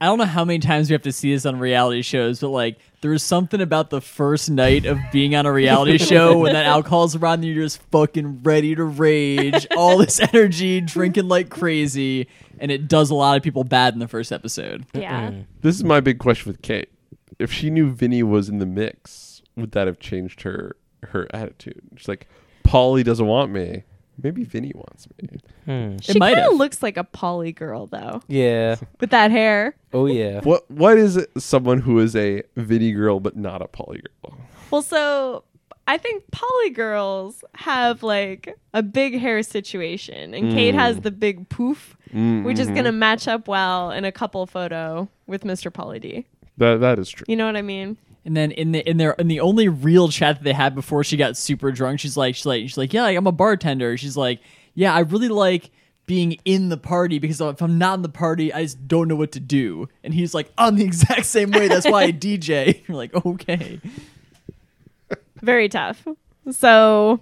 E: I don't know how many times we have to see this on reality shows, but like there was something about the first night of being on
D: *laughs*
E: a reality show when that alcohol's around and you're just fucking ready to rage, all this energy, drinking like crazy, and it does a lot of people bad in the first episode.
C: yeah.
B: this is my big question with Kate. If she knew Vinny was in the mix, would that have changed her her attitude? She's like, Polly doesn't want me. Maybe Vinny wants me.
C: She
E: might
C: kind of
E: have.
C: looks like a Polly girl though,
D: Yeah.
C: with that hair.
D: Oh yeah.
B: What what is it, someone who is a Vinny girl but not a Polly girl?
C: Well, so I think poly girls have like a big hair situation, and Kate has
E: Mm.
C: the big poof, which
E: Mm-hmm.
C: is going to match up well in a couple photo with Mr. Polly D.
B: That that is true.
C: You know what I mean?
E: And then in the in their in the only real chat that they had before she got super drunk, she's like she's like she's like yeah, like, I'm a bartender. She's like yeah, I really like being in the party because if I'm not in the party, I just don't know what to do. And he's like I'm the *laughs* exact same way. That's why
C: *laughs*
E: I DJ. *laughs* You're like okay,
C: Very tough. So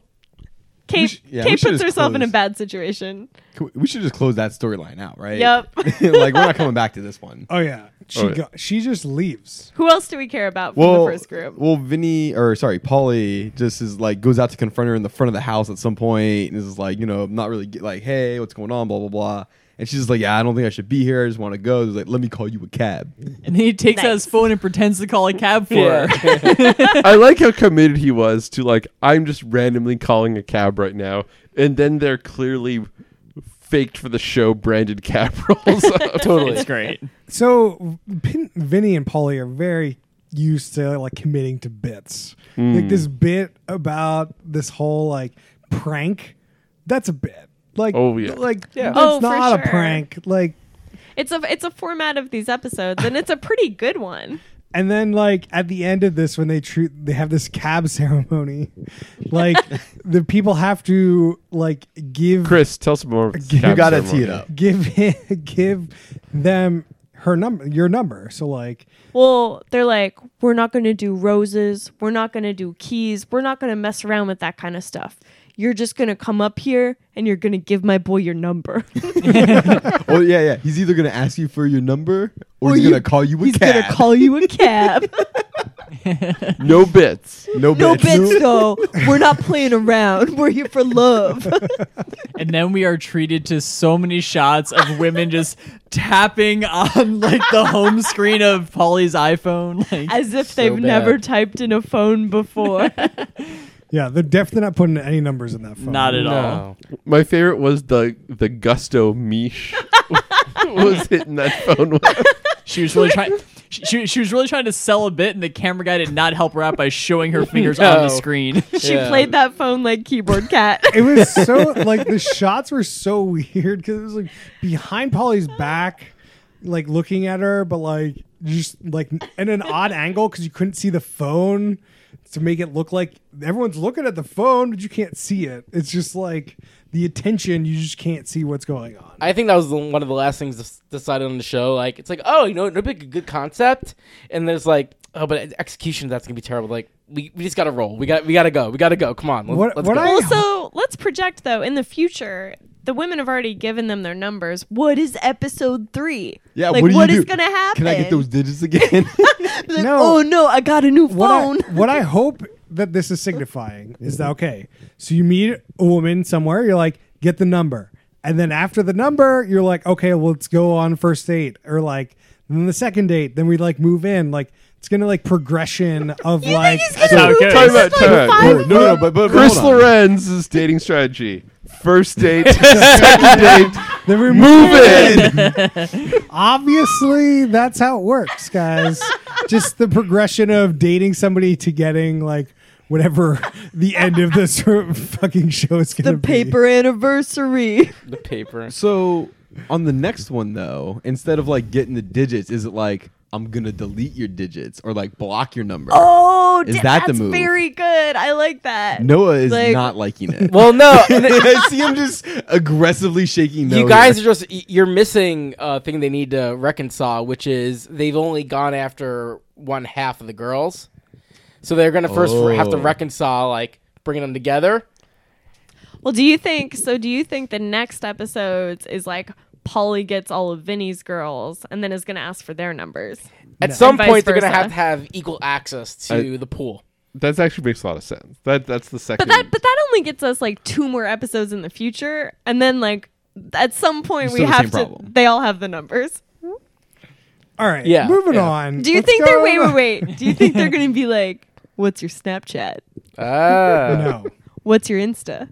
C: Kate,
F: sh- yeah, we
C: Kate
F: should
C: puts
F: just
C: herself in a
F: close.
C: bad situation.
F: Can we we should just close that storyline out, right?
C: Yep.
F: *laughs* like we're not coming back to this
C: *laughs*
F: one.
A: Oh yeah. She
B: Oh, yeah.
A: Go- she just leaves.
C: Who else do we care about from the first group?
F: well, Vinny or sorry, Polly just is like goes out to confront her in the front of the house at some point and is like, you know, not really get, like, hey, what's going on, blah blah blah. And she's just like, yeah, I don't think I should be here. I just want to go. He's like, let me call you a
C: *laughs*
F: cab.
E: and then he takes out his
C: Nice.
E: phone and pretends to call
C: *laughs*
E: a cab for her.
B: I like how committed he was to like I'm just randomly calling a cab right now, and then they're clearly faked for the show branded *laughs* cab rolls. up.
D: totally.
C: *laughs*
E: It's great.
A: So Pin- Vinny and Polly are very used to like committing to bits. Like this bit about this whole like prank. That's a bit. Like
B: Oh, yeah.
A: Like
D: Yeah.
A: yeah.
C: Oh, for
A: not
C: sure.
A: a prank. Like
C: It's a it's a format of these episodes, and it's a pretty good one.
A: And then, like at the end of this, when they treat, they have this cab *laughs* ceremony. Like the people have to like give
B: Chris, tell us more. of the
A: You
B: cab
F: You got to
B: ceremony.
F: tee it up.
A: give him, give *laughs* them her number, your number. So like,
C: Well, they're like, we're not going to do roses. We're not going to do keys. We're not going to mess around with that kind of stuff. You're just going to come up here and you're going to give my boy your number. *laughs*
F: Oh yeah, yeah. He's either gonna ask you for your number or,
C: Or
F: he's
C: you-
F: gonna call you a
C: He's going
F: cab.
C: to call you a cab.
B: No bits.
F: *laughs* no,
C: no
F: bitch.
C: bitch, though. We're not playing around. We're here for love.
E: And then we are treated to so many shots of women just tapping on like the home screen of Polly's iPhone. *laughs* Like,
C: As if
D: So
C: they've
D: bad.
C: never typed in a phone before.
A: yeah, they're definitely not putting any numbers in that phone.
E: not at all.
D: No.
B: My favorite was the the gusto miche *laughs* was hitting that phone with.
E: She was really
C: *laughs*
E: trying. She, she, she was really trying to sell a bit, and the camera guy did not help her out by showing her fingers on
D: No.
E: the *laughs* screen.
C: she
D: Yeah.
C: played that phone like keyboard
F: *laughs*
C: cat. *laughs*
A: It was so like the shots were so weird because it was like behind Polly's back, like looking at her, but like just like in an odd angle because you couldn't see the phone to make it look like everyone's looking at the phone, but you can't see it. It's just like the attention, you just can't see what's going on.
D: I think that was the- one of the last things des- decided on the show. Like, it's like, oh, you know, it'd be a good concept, and there's like, oh, but execution that's gonna be terrible. Like, we, we just gotta roll. We got we gotta go. We gotta go. Come on. Let's,
A: What-
D: let's
A: what
D: go.
A: I-
C: Also, let's project though in the future the women have already given them their numbers. What is episode three?
F: *laughs* Yeah,
C: like
F: what do you do?
C: gonna happen?
F: Can I get those digits again? *laughs*
C: Like,
A: No.
C: Oh no, I got a new
A: what
C: phone.
A: I,
C: *laughs*
A: what I hope that this is signifying is that okay. So you meet a woman somewhere, you're like, get the number, and then after the number, you're like, okay, well, let's go on first date, or like then the second date, then we like move in, like it's gonna like progression of like.
C: he's gonna
G: So-
C: move
G: Okay.
C: this,
G: Time
B: out,
C: like,
B: time out.
C: five
F: no, no, but, but
B: Chris
F: hold on.
B: Lorenz's dating strategy. First date, second date,
A: Then we
B: move in.
C: *laughs*
A: Obviously, that's how it works, guys. Just the progression of dating somebody to getting like whatever the end of this *laughs* fucking show is gonna
C: the
A: be.
C: paper
F: *laughs*
C: anniversary.
D: The paper.
F: So on the next one though, instead of like getting the digits, is it like I'm gonna delete your digits or like block your number?
C: Oh,
F: Is
C: da-
F: that the
C: that's
F: move?
C: very good. I like that.
F: Noah is
C: Like-
F: not liking it.
C: *laughs*
D: Well, *laughs* no. and it-
F: *laughs* I see him just aggressively shaking. No
D: you guys are
F: here.
D: just y- you're missing a thing they need to reconcile, which is they've only gone after one half of the girls, so they're gonna first re- have to
F: Oh.
D: reconcile, like bringing them together.
C: Well, do you think so? Do you think the next episodes is like Polly gets all of Vinny's girls and then is going to ask for their numbers?
D: At some
C: And vice
D: point, they're gonna
C: versa.
D: have to have equal access to the pool.
B: That actually makes a lot of sense. That that's the second.
C: But that but that only gets us like two more episodes in the future, and then like at some point
F: Still
C: we
F: the
C: have
F: same
C: to.
F: problem.
C: They all have the numbers.
A: All right,
D: Yeah,
A: moving
D: yeah.
A: on.
C: Do you
A: Let's
C: think they're
A: go-
C: wait wait wait? Do you think they're going to be like, what's your Snapchat? *laughs*
D: Ah,
A: No.
C: What's your Insta?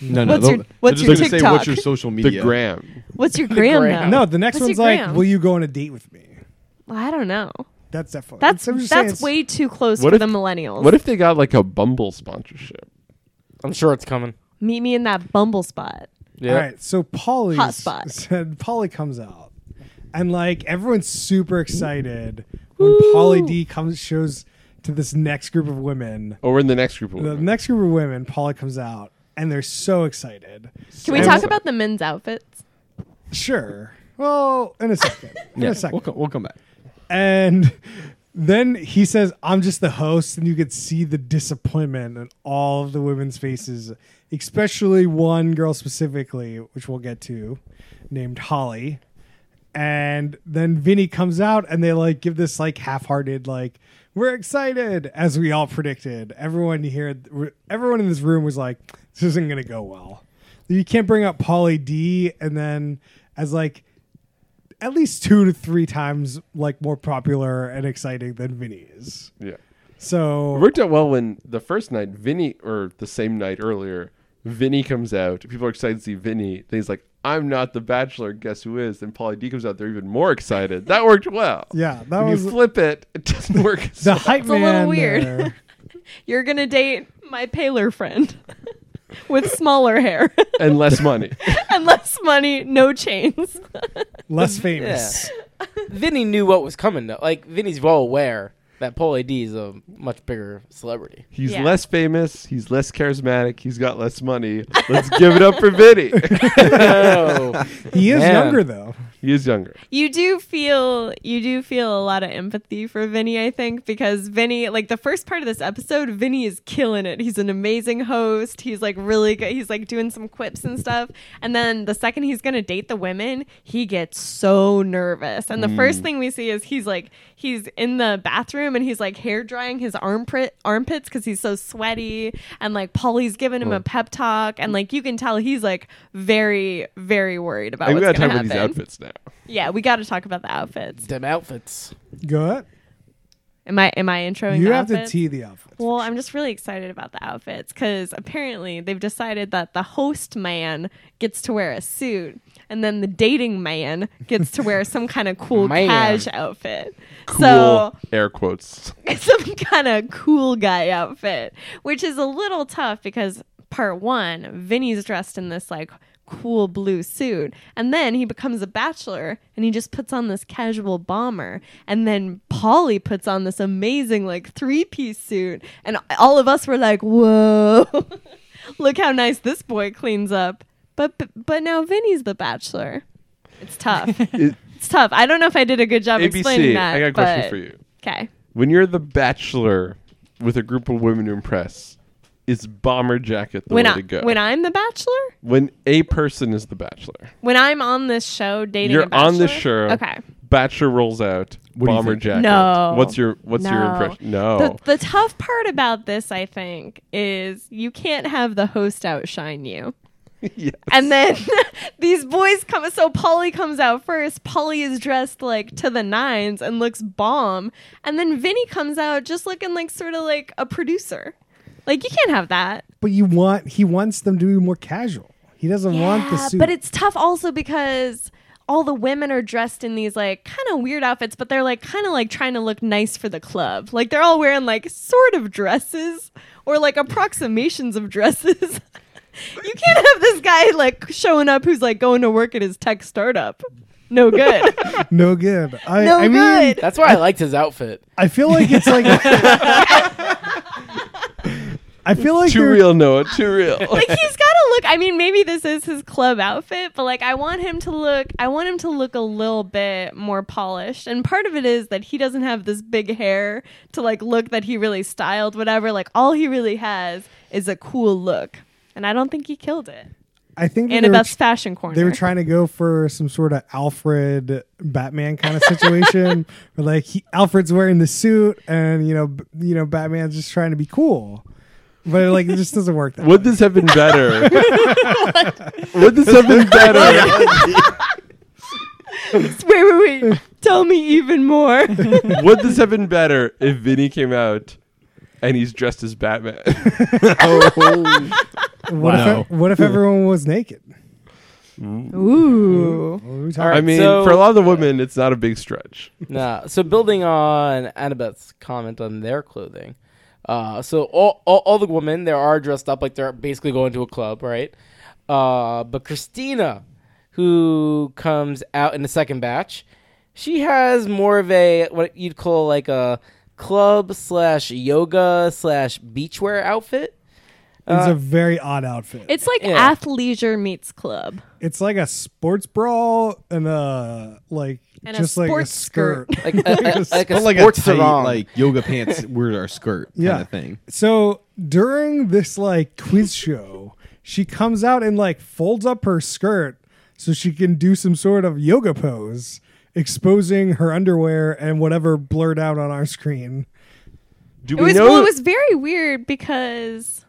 F: no, no.
C: What's your
F: they'll-
C: What's
F: they're
C: your
F: just gonna
C: TikTok?
F: Say, what's your social
B: the
F: media?
B: gram.
C: What's your gram
D: gram.
C: now?
A: No, the next
C: What's
A: one's
C: your
A: like,
C: gram?
A: will you go on a date with me?
C: Well, I don't know.
A: That's definitely
C: That's
A: I'm just saying
C: that's
A: it's-
C: way too close
B: What
C: for
B: if-
C: the millennials.
B: What if they got like a Bumble sponsorship?
D: I'm sure it's coming.
C: Meet me in that Bumble spot.
D: Yeah.
A: All right, so Polly
C: Hot
A: *laughs*
C: spot.
A: said Polly comes out, and like everyone's super excited when Polly D comes shows to this next group of women.
B: Or Oh, in the next group of
A: The
B: women.
A: next group of women, Polly comes out, and they're so excited.
C: Can we
B: And-
C: talk about the men's outfits?
A: Sure. Well, in a second. In
F: Yeah,
A: a second.
F: we'll, come, we'll come back.
A: And then he says, I'm just the host. And you could see the disappointment in all of the women's faces, especially one girl specifically, which we'll get to, named Holly. And then Vinny comes out and they like give this like half hearted, like, we're excited, as we all predicted. Everyone here, everyone in this room was like, this isn't going to go well. You can't bring up Polly D and then as like, at least two to three times like more popular and exciting than Vinny is.
B: Yeah. It
A: So
B: worked out well when the first night, Vinny, or the same night earlier, Vinny comes out. People are excited to see Vinny. Then he's like, I'm not the bachelor. Guess who is? Then Paulie D comes out. They're even more excited. That worked well.
A: *laughs* yeah, that
B: When
A: was
B: you flip it, it
A: *laughs*
B: doesn't work. as
A: the
B: well.
A: hype
C: It's a
A: man.
C: little weird.
A: there.
C: You're gonna date my paler friend *laughs* with
A: *laughs*
C: smaller hair *laughs*
B: and less money.
C: and less money, no chains.
A: less famous.
D: Vinny knew what was coming though. Like Vinny's well aware that Paul AD is a much bigger celebrity.
B: He's
C: Yeah.
B: less famous. He's less charismatic. He's got less money. Let's give it up
A: *laughs*
B: for Vinny.
D: Oh.
A: He is
D: Man.
A: younger though.
B: he is younger.
C: You do feel you do feel a lot of empathy for Vinny, I think, because Vinny, like the first part of this episode, Vinny is killing it. He's an amazing host. He's like really good. He's like doing some quips and stuff. And then the second he's gonna date the women, he gets so nervous. And the
B: Mm.
C: first thing we see is he's like he's in the bathroom and he's like hair drying his armpit armpits because he's so sweaty. And like Polly's giving him a pep talk, and like you can tell he's like very very worried about.
B: I think we
C: what's
B: got
C: gonna
B: time for these
C: happen.
B: outfits now.
C: Yeah, we got to talk about the outfits.
D: *laughs* Them outfits.
A: Go ahead.
C: Am I am I introing?
A: You
C: the
A: have to
C: outfits?
A: tee the outfits.
C: Well, I'm just really excited about the outfits because apparently they've decided that the host man gets to wear a suit, and then the dating man gets to wear some kind of cool
D: Man.
C: cash outfit.
B: Cool
C: So
B: air quotes.
C: *laughs* some kind of cool guy outfit, which is a little tough because part one, Vinny's dressed in this like cool blue suit, and then he becomes a bachelor and he just puts on this casual bomber, and then Polly puts on this amazing like three piece suit, and all of us were like, whoa, *laughs* look how nice this boy cleans up. But but, but now Vinny's the bachelor. It's tough.
B: *laughs* It-
C: it's tough. I don't know if I did a good job explaining
B: ABC,
C: that.
B: I got a question
C: but-
B: for you.
C: Okay.
B: When you're the bachelor with a group of women to impress, is bomber jacket the
C: when
B: way
C: I
B: to go?
C: when I'm the bachelor,
B: when a person is the bachelor,
C: when I'm on this show dating. a
B: you're
C: bachelor?
B: on the show.
C: Okay.
B: Bachelor rolls out
F: What do you
B: bomber
F: think?
B: jacket.
C: No.
B: What's your What's your
C: No.
B: impression? No.
C: The, the tough part about this, I think, is you can't have the host outshine you.
B: *laughs* Yes.
C: And then *laughs* these boys come. So Polly comes out first. Polly is dressed like to the nines and looks bomb. And then Vinny comes out just looking like sort of like a producer. Like you can't have that.
A: But you want he wants them to be more casual. He doesn't want the
C: Yeah,
A: suit.
C: But it's tough also because all the women are dressed in these like kind of weird outfits, but they're like kind of like trying to look nice for the club. Like they're all wearing like sort of dresses or like approximations of dresses. *laughs* you can't have this guy like showing up who's like going to work at his tech startup.
A: *laughs*
C: No good.
A: no good. I,
C: no
A: I mean,
C: good.
D: That's why I liked his outfit.
A: I feel like it's
C: *laughs*
A: like. I feel like
B: too
A: they're-
B: real, Noah. Too real.
C: *laughs* like he's got to look. I mean, maybe this is his club outfit, but like I want him to look. I want him to look a little bit more polished. And part of it is that he doesn't have this big hair to like look that he really styled. Whatever. Like all he really has is a cool look, and I don't think he killed it.
A: I think that they were,
C: Annabeth's fashion corner.
A: they were trying to go for some sort of Alfred Batman
C: *laughs*
A: kind of situation, where like he, Alfred's wearing the suit, and you know, b- you know, Batman's just trying to be cool, but like it just doesn't work. That
B: Would
A: way.
B: this have been
C: *laughs*
B: better? Would this have been better?
C: *laughs* wait, wait,
A: *laughs*
C: wait. Tell me even more.
B: Would this have been better if Vinny came out and he's dressed as Batman? *laughs*
A: *laughs* what,
E: Wow.
A: if, e-, what if everyone was naked?
C: Ooh.
A: What were we
D: All
A: talking
B: I
D: right,
B: mean,
D: so-
B: for a lot of the women, it's not a big stretch.
D: Nah. So building on Annabeth's comment on their clothing, uh, so all, all all the women there are dressed up like they're basically going to a club, right? Uh, but Christina, who comes out in the second batch, she has more of a what you'd call like a club slash yoga slash beachwear outfit.
A: It's
D: Uh,
A: a very odd outfit.
C: It's like
D: Yeah.
C: athleisure meets club.
A: It's like a sports brawl and a like
C: And a
A: just like a
C: sports
A: skirt.
C: *laughs*
D: Like a, a-
F: *laughs*
D: like a
F: But like
D: sports
F: a tight,
D: sarong.
F: like yoga pants, weird our skirt kind
A: Yeah.
F: of thing.
A: So during this like quiz show, she comes out and like folds up her skirt so she can do some sort of yoga pose, exposing her underwear and whatever blurred out on our screen.
B: Do
C: It
B: we
C: was
B: know?
C: well, it was very weird because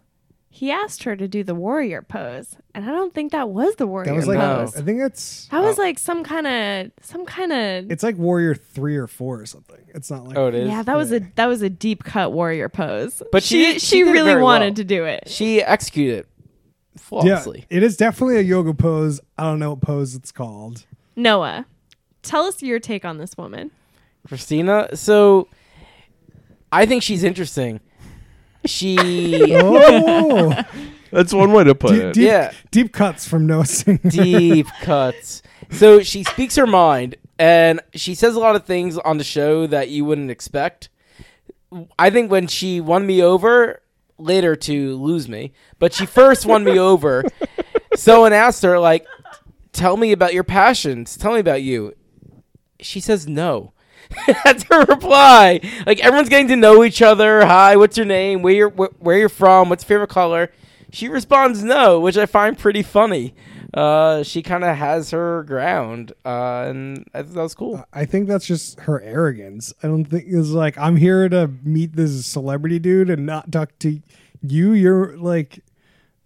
C: he asked her to do the warrior pose, and I don't think that was the warrior
A: That was like
C: pose.
A: I think it's
C: that was like some kind of some kind of
A: it's like Warrior three or four or something. It's not like
D: oh, it is.
C: yeah. That was a that was a deep cut warrior pose.
D: But she
C: she
D: did-
C: she,
D: she did it
C: really
D: very
C: wanted
D: well.
C: to do it.
D: She executed it
A: yeah,
D: flawlessly.
A: it is definitely a yoga pose. I don't know what pose it's called.
C: Noah, tell us your take on this woman.
D: Christina. So I think she's interesting. She
A: *laughs* Oh,
B: That's one way to put
A: deep,
B: it.
A: deep,
D: Yeah.
A: deep cuts from Noah Singer.
D: deep cuts. So she speaks her mind and she says a lot of things on the show that you wouldn't expect. I think when she won me over later to lose me, but she first won me over. Someone asked her like, "Tell me about your passions. Tell me about you." She says no. *laughs* That's her reply. Like everyone's getting to know each other. Hi, what's your name? Where you're wh- where you're from? What's your favorite color? She responds no, which I find pretty funny. Uh, she kind of has her ground, uh, and I think that was cool.
A: *laughs* I think that's just her arrogance. I don't think it's like I'm here to meet this celebrity dude and not talk to you. You're like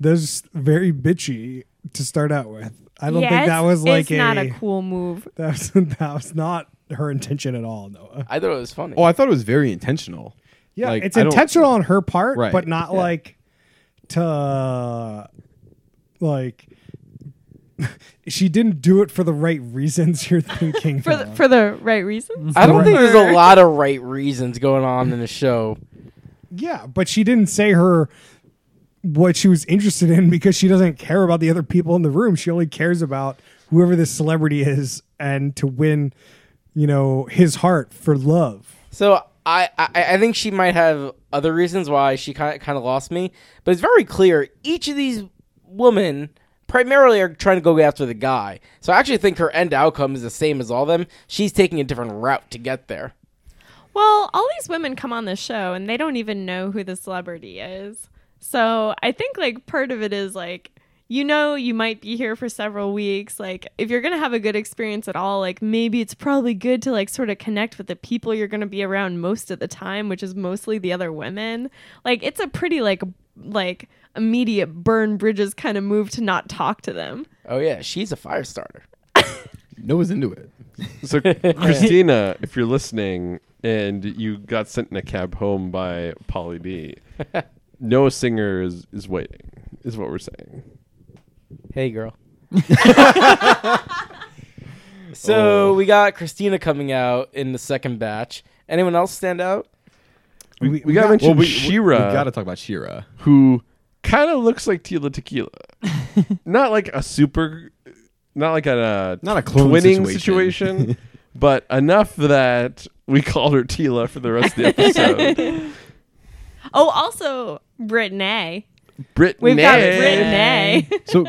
A: that's very bitchy to start out with. I don't think that was like
C: it's not
A: *laughs*
C: a
A: a,
C: cool move.
A: that was that was not her intention at all, Noah.
D: I thought it was funny.
F: Oh, I thought it was very intentional.
A: Yeah,
F: Like,
A: it's
F: I don't-
A: intentional on her part,
F: Right,
A: but not
F: yeah.
A: like to like *laughs* she didn't do it for the right reasons *laughs* you're thinking.
C: For the,
A: Noah.
C: for the right reasons.
D: I don't think there's a lot of right reasons going on in the show.
A: Yeah, but she didn't say her what she was interested in because she doesn't care about the other people in the room. She only cares about whoever this celebrity is and to win, you know, his heart for love.
D: So I, I, I think she might have other reasons why she kind of, kind of lost me, but it's very clear each of these women primarily are trying to go after the guy. So I actually think her end outcome is the same as all them. She's taking a different route to get there.
C: Well, all these women come on the show and they don't even know who the celebrity is. So I think like part of it is like you know you might be here for several weeks like if you're going to have a good experience at all like maybe it's probably good to like sort of connect with the people you're going to be around most of the time which is mostly the other women like it's a pretty like like immediate burn bridges kind of move to not talk to them
D: Oh yeah, she's a fire starter.
F: No one's into it.
D: *laughs*
B: So, Christina, if you're listening and you got sent in a cab home by Polly
D: *laughs*
B: D, no singer is, is waiting, is what we're saying.
D: Hey, girl. *laughs* so we got Christina coming out in the second batch. Anyone else stand out?
B: We,
A: We-
B: we, gotta
A: we got-
B: mention
F: Well, we,
B: Shira,
F: We, we gotta talk about Shira.
B: who kind of looks like Tila
D: *laughs*
B: Tequila. not like a super, not like a,
F: Not a clone
B: twinning
F: situation. *laughs*
B: situation, but enough that we called her Tila for the rest of the episode.
D: *laughs*
C: oh also Brittany
B: Brittany.
C: we've got Brittany *laughs*
F: *laughs* So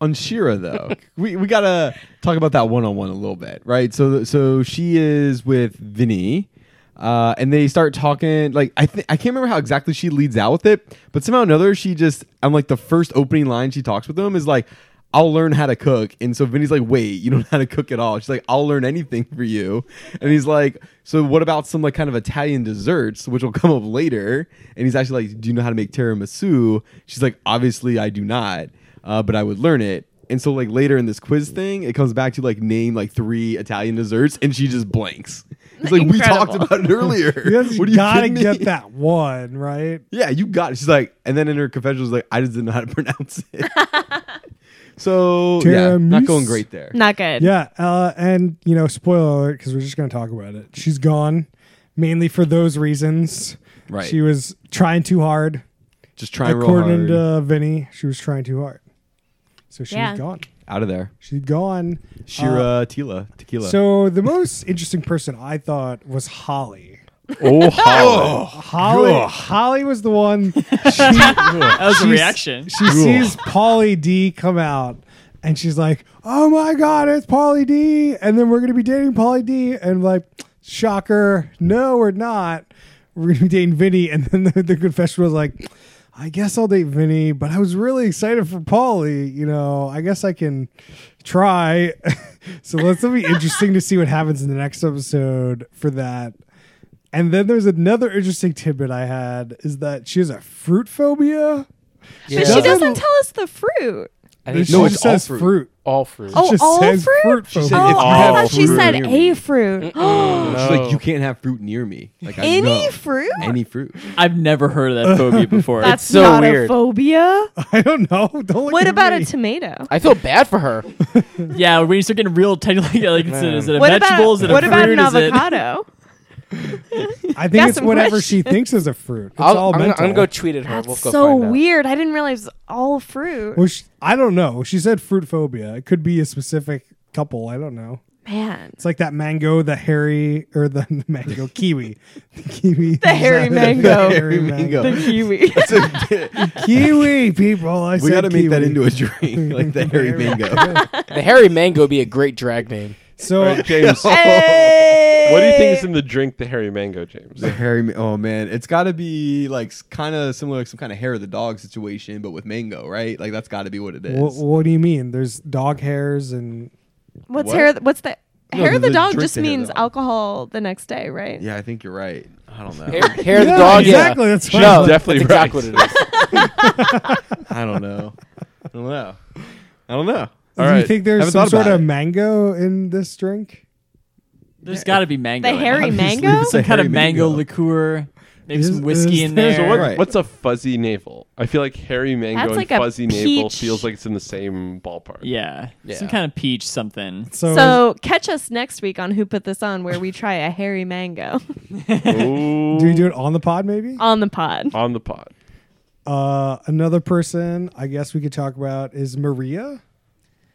F: on Shira though, we, we gotta talk about that one on one a little bit, right? So so she is with Vinny, uh, and they start talking. Like I think I can't remember how exactly she leads out with it, but somehow or another she just I'm like the first opening line she talks with them is like. I'll learn how to cook. And so Vinny's like, wait, you don't know how to cook at all. She's like, I'll learn anything for you. And he's like, so what about some like kind of Italian desserts, which will come up later? And he's actually like, do you know how to make tiramisu? She's like, obviously I do not, uh, but I would learn it. And so like later in this quiz thing, it comes back to like name like three Italian desserts, and she just blanks. It's like we talked
C: Incredible.
F: about it earlier.
A: *laughs* You
F: what
A: just
F: do you
A: gotta
F: kidding me?
A: get that one right.
F: Yeah, you got it. She's like, and then in her confessional, she's like, I just didn't know how to *laughs* pronounce
C: *laughs*
F: it. so yeah, not
A: Tiramisu.
F: going great there.
C: not good
A: Yeah, uh, and you know, spoiler alert, because we're just going to talk about it. She's gone, mainly for those reasons.
F: Right.
A: She was trying too hard.
F: Just try and roll
A: According
F: hard
A: to Vinny, she was trying too hard, so she's
C: Yeah.
A: gone.
F: out of there.
A: She's gone.
F: Shira Tila tequila.
A: Uh, So the most interesting person I thought was Holly.
B: Oh, Holly.
A: Holly, Holly was the one. She,
E: That was the
A: She's-
E: reaction.
A: she sees Polly D come out and she's like, "Oh my god, it's Polly D!" And then we're gonna be dating Polly D, and like, shocker, no, we're not. We're gonna be dating Vinny, *laughs* and then the, the confession was like, "I guess I'll date Vinny, but I was really excited for Polly. You know, I guess I can try." *laughs* so let's it'll be interesting to see what happens in the next episode for that. And then there's another interesting tidbit I had is that she has a fruit phobia.
C: but
A: Yeah.
C: she
A: Doesn't-
C: doesn't tell us the fruit
D: I think
A: She
F: No,
A: just
F: it's all
A: says
F: fruit.
A: fruit. *laughs*
D: all fruit.
C: Oh,
A: just
C: all
A: says
C: fruit?
A: fruit
F: She said
A: phobia.
F: if
C: oh
F: you
C: I
F: have
C: thought she
F: fruit
C: said
F: near
C: a
F: me.
C: fruit
F: She's
D: No.
F: like, you can't have fruit near me. Like I
C: *gasps* any
F: know.
C: fruit
F: any
C: *laughs*
F: fruit. *laughs*
E: I've never heard of that phobia before.
C: that's
D: so
C: not a
D: weird.
C: phobia
A: I don't know. *laughs* Don't look
C: what
A: at
C: about
A: me.
C: a tomato
D: I feel bad for her.
E: yeah, when you start getting real technical, like is it, is it a
C: what
E: vegetable?
C: about,
E: Is it a
C: what
E: fruit?
C: about an
E: Is it-
C: avocado
A: I think
C: Got
A: it's
C: some
A: whatever she
C: questions.
A: thinks is a fruit. It's
D: I'll,
A: all
D: I'm, gonna,
A: mental.
D: I'm gonna go tweet at her.
C: That's
D: we'll go
C: so
D: find out.
C: weird. I didn't realize all fruit.
A: Well, she, I don't know. She said fruit phobia. It could be a specific couple. I don't know.
C: Man.
A: *laughs* It's like that mango, the hairy, or the, *laughs* the mango kiwi, the kiwi,
C: The hairy
A: *laughs*
C: mango.
A: The hairy
F: mango.
A: mango,
C: The kiwi. *laughs*
F: So, we
A: kiwi people. I said
F: gotta make that
A: kiwi.
F: into a drink, like the hairy mango.
D: The hairy mango would be a great drag name.
A: So
B: All right, James. What do you think is in the drink, the hairy mango, James?
F: The hairy, ma- oh man, it's got to be like kind of similar, like some kind of hair of the dog situation, but with mango, right? Like that's got to be what it is.
A: What, what do you mean? There's dog hairs and
C: What's
B: What?
C: hair? What's the
F: No,
C: hair of
F: the-
C: the,
F: the
C: dog?
F: drink
C: Just
F: the hair of
C: means
F: the dog.
C: alcohol the next day, right?
F: yeah, I think you're right. I don't know.
D: Hair, hair of the
A: Yeah,
D: dog.
A: exactly,
D: Yeah.
A: that's
D: She's
A: what I
B: was- Definitely
D: that's exactly
B: right.
D: what it is.
F: I don't know. I don't know. I don't know.
B: All
A: do you
B: right.
A: think there's
F: Haven't
A: some
F: thought
A: sort
F: about
A: of
F: it.
A: mango in this drink?
E: There's got to be mango.
C: The
E: in it.
C: hairy
F: Obviously,
C: mango?
F: it's a
E: some kind
F: hairy
E: of mango, liqueur, maybe
A: Is-
E: some whiskey
A: is
E: in
A: there-
E: there.
B: So what,
F: Right.
B: what's a fuzzy navel? I feel like hairy mango
C: That's
B: and
C: like a
B: fuzzy navel
C: peach.
B: feels like it's in the same ballpark.
E: Yeah.
D: Yeah.
E: some kind of peach something.
A: So,
C: So catch us next week on Who Put This On, where we try a hairy mango *laughs*
B: Ooh.
A: do we do it on the pod? Maybe
C: on the pod.
B: on the pot.
A: Uh, another person I guess we could talk about is Maria.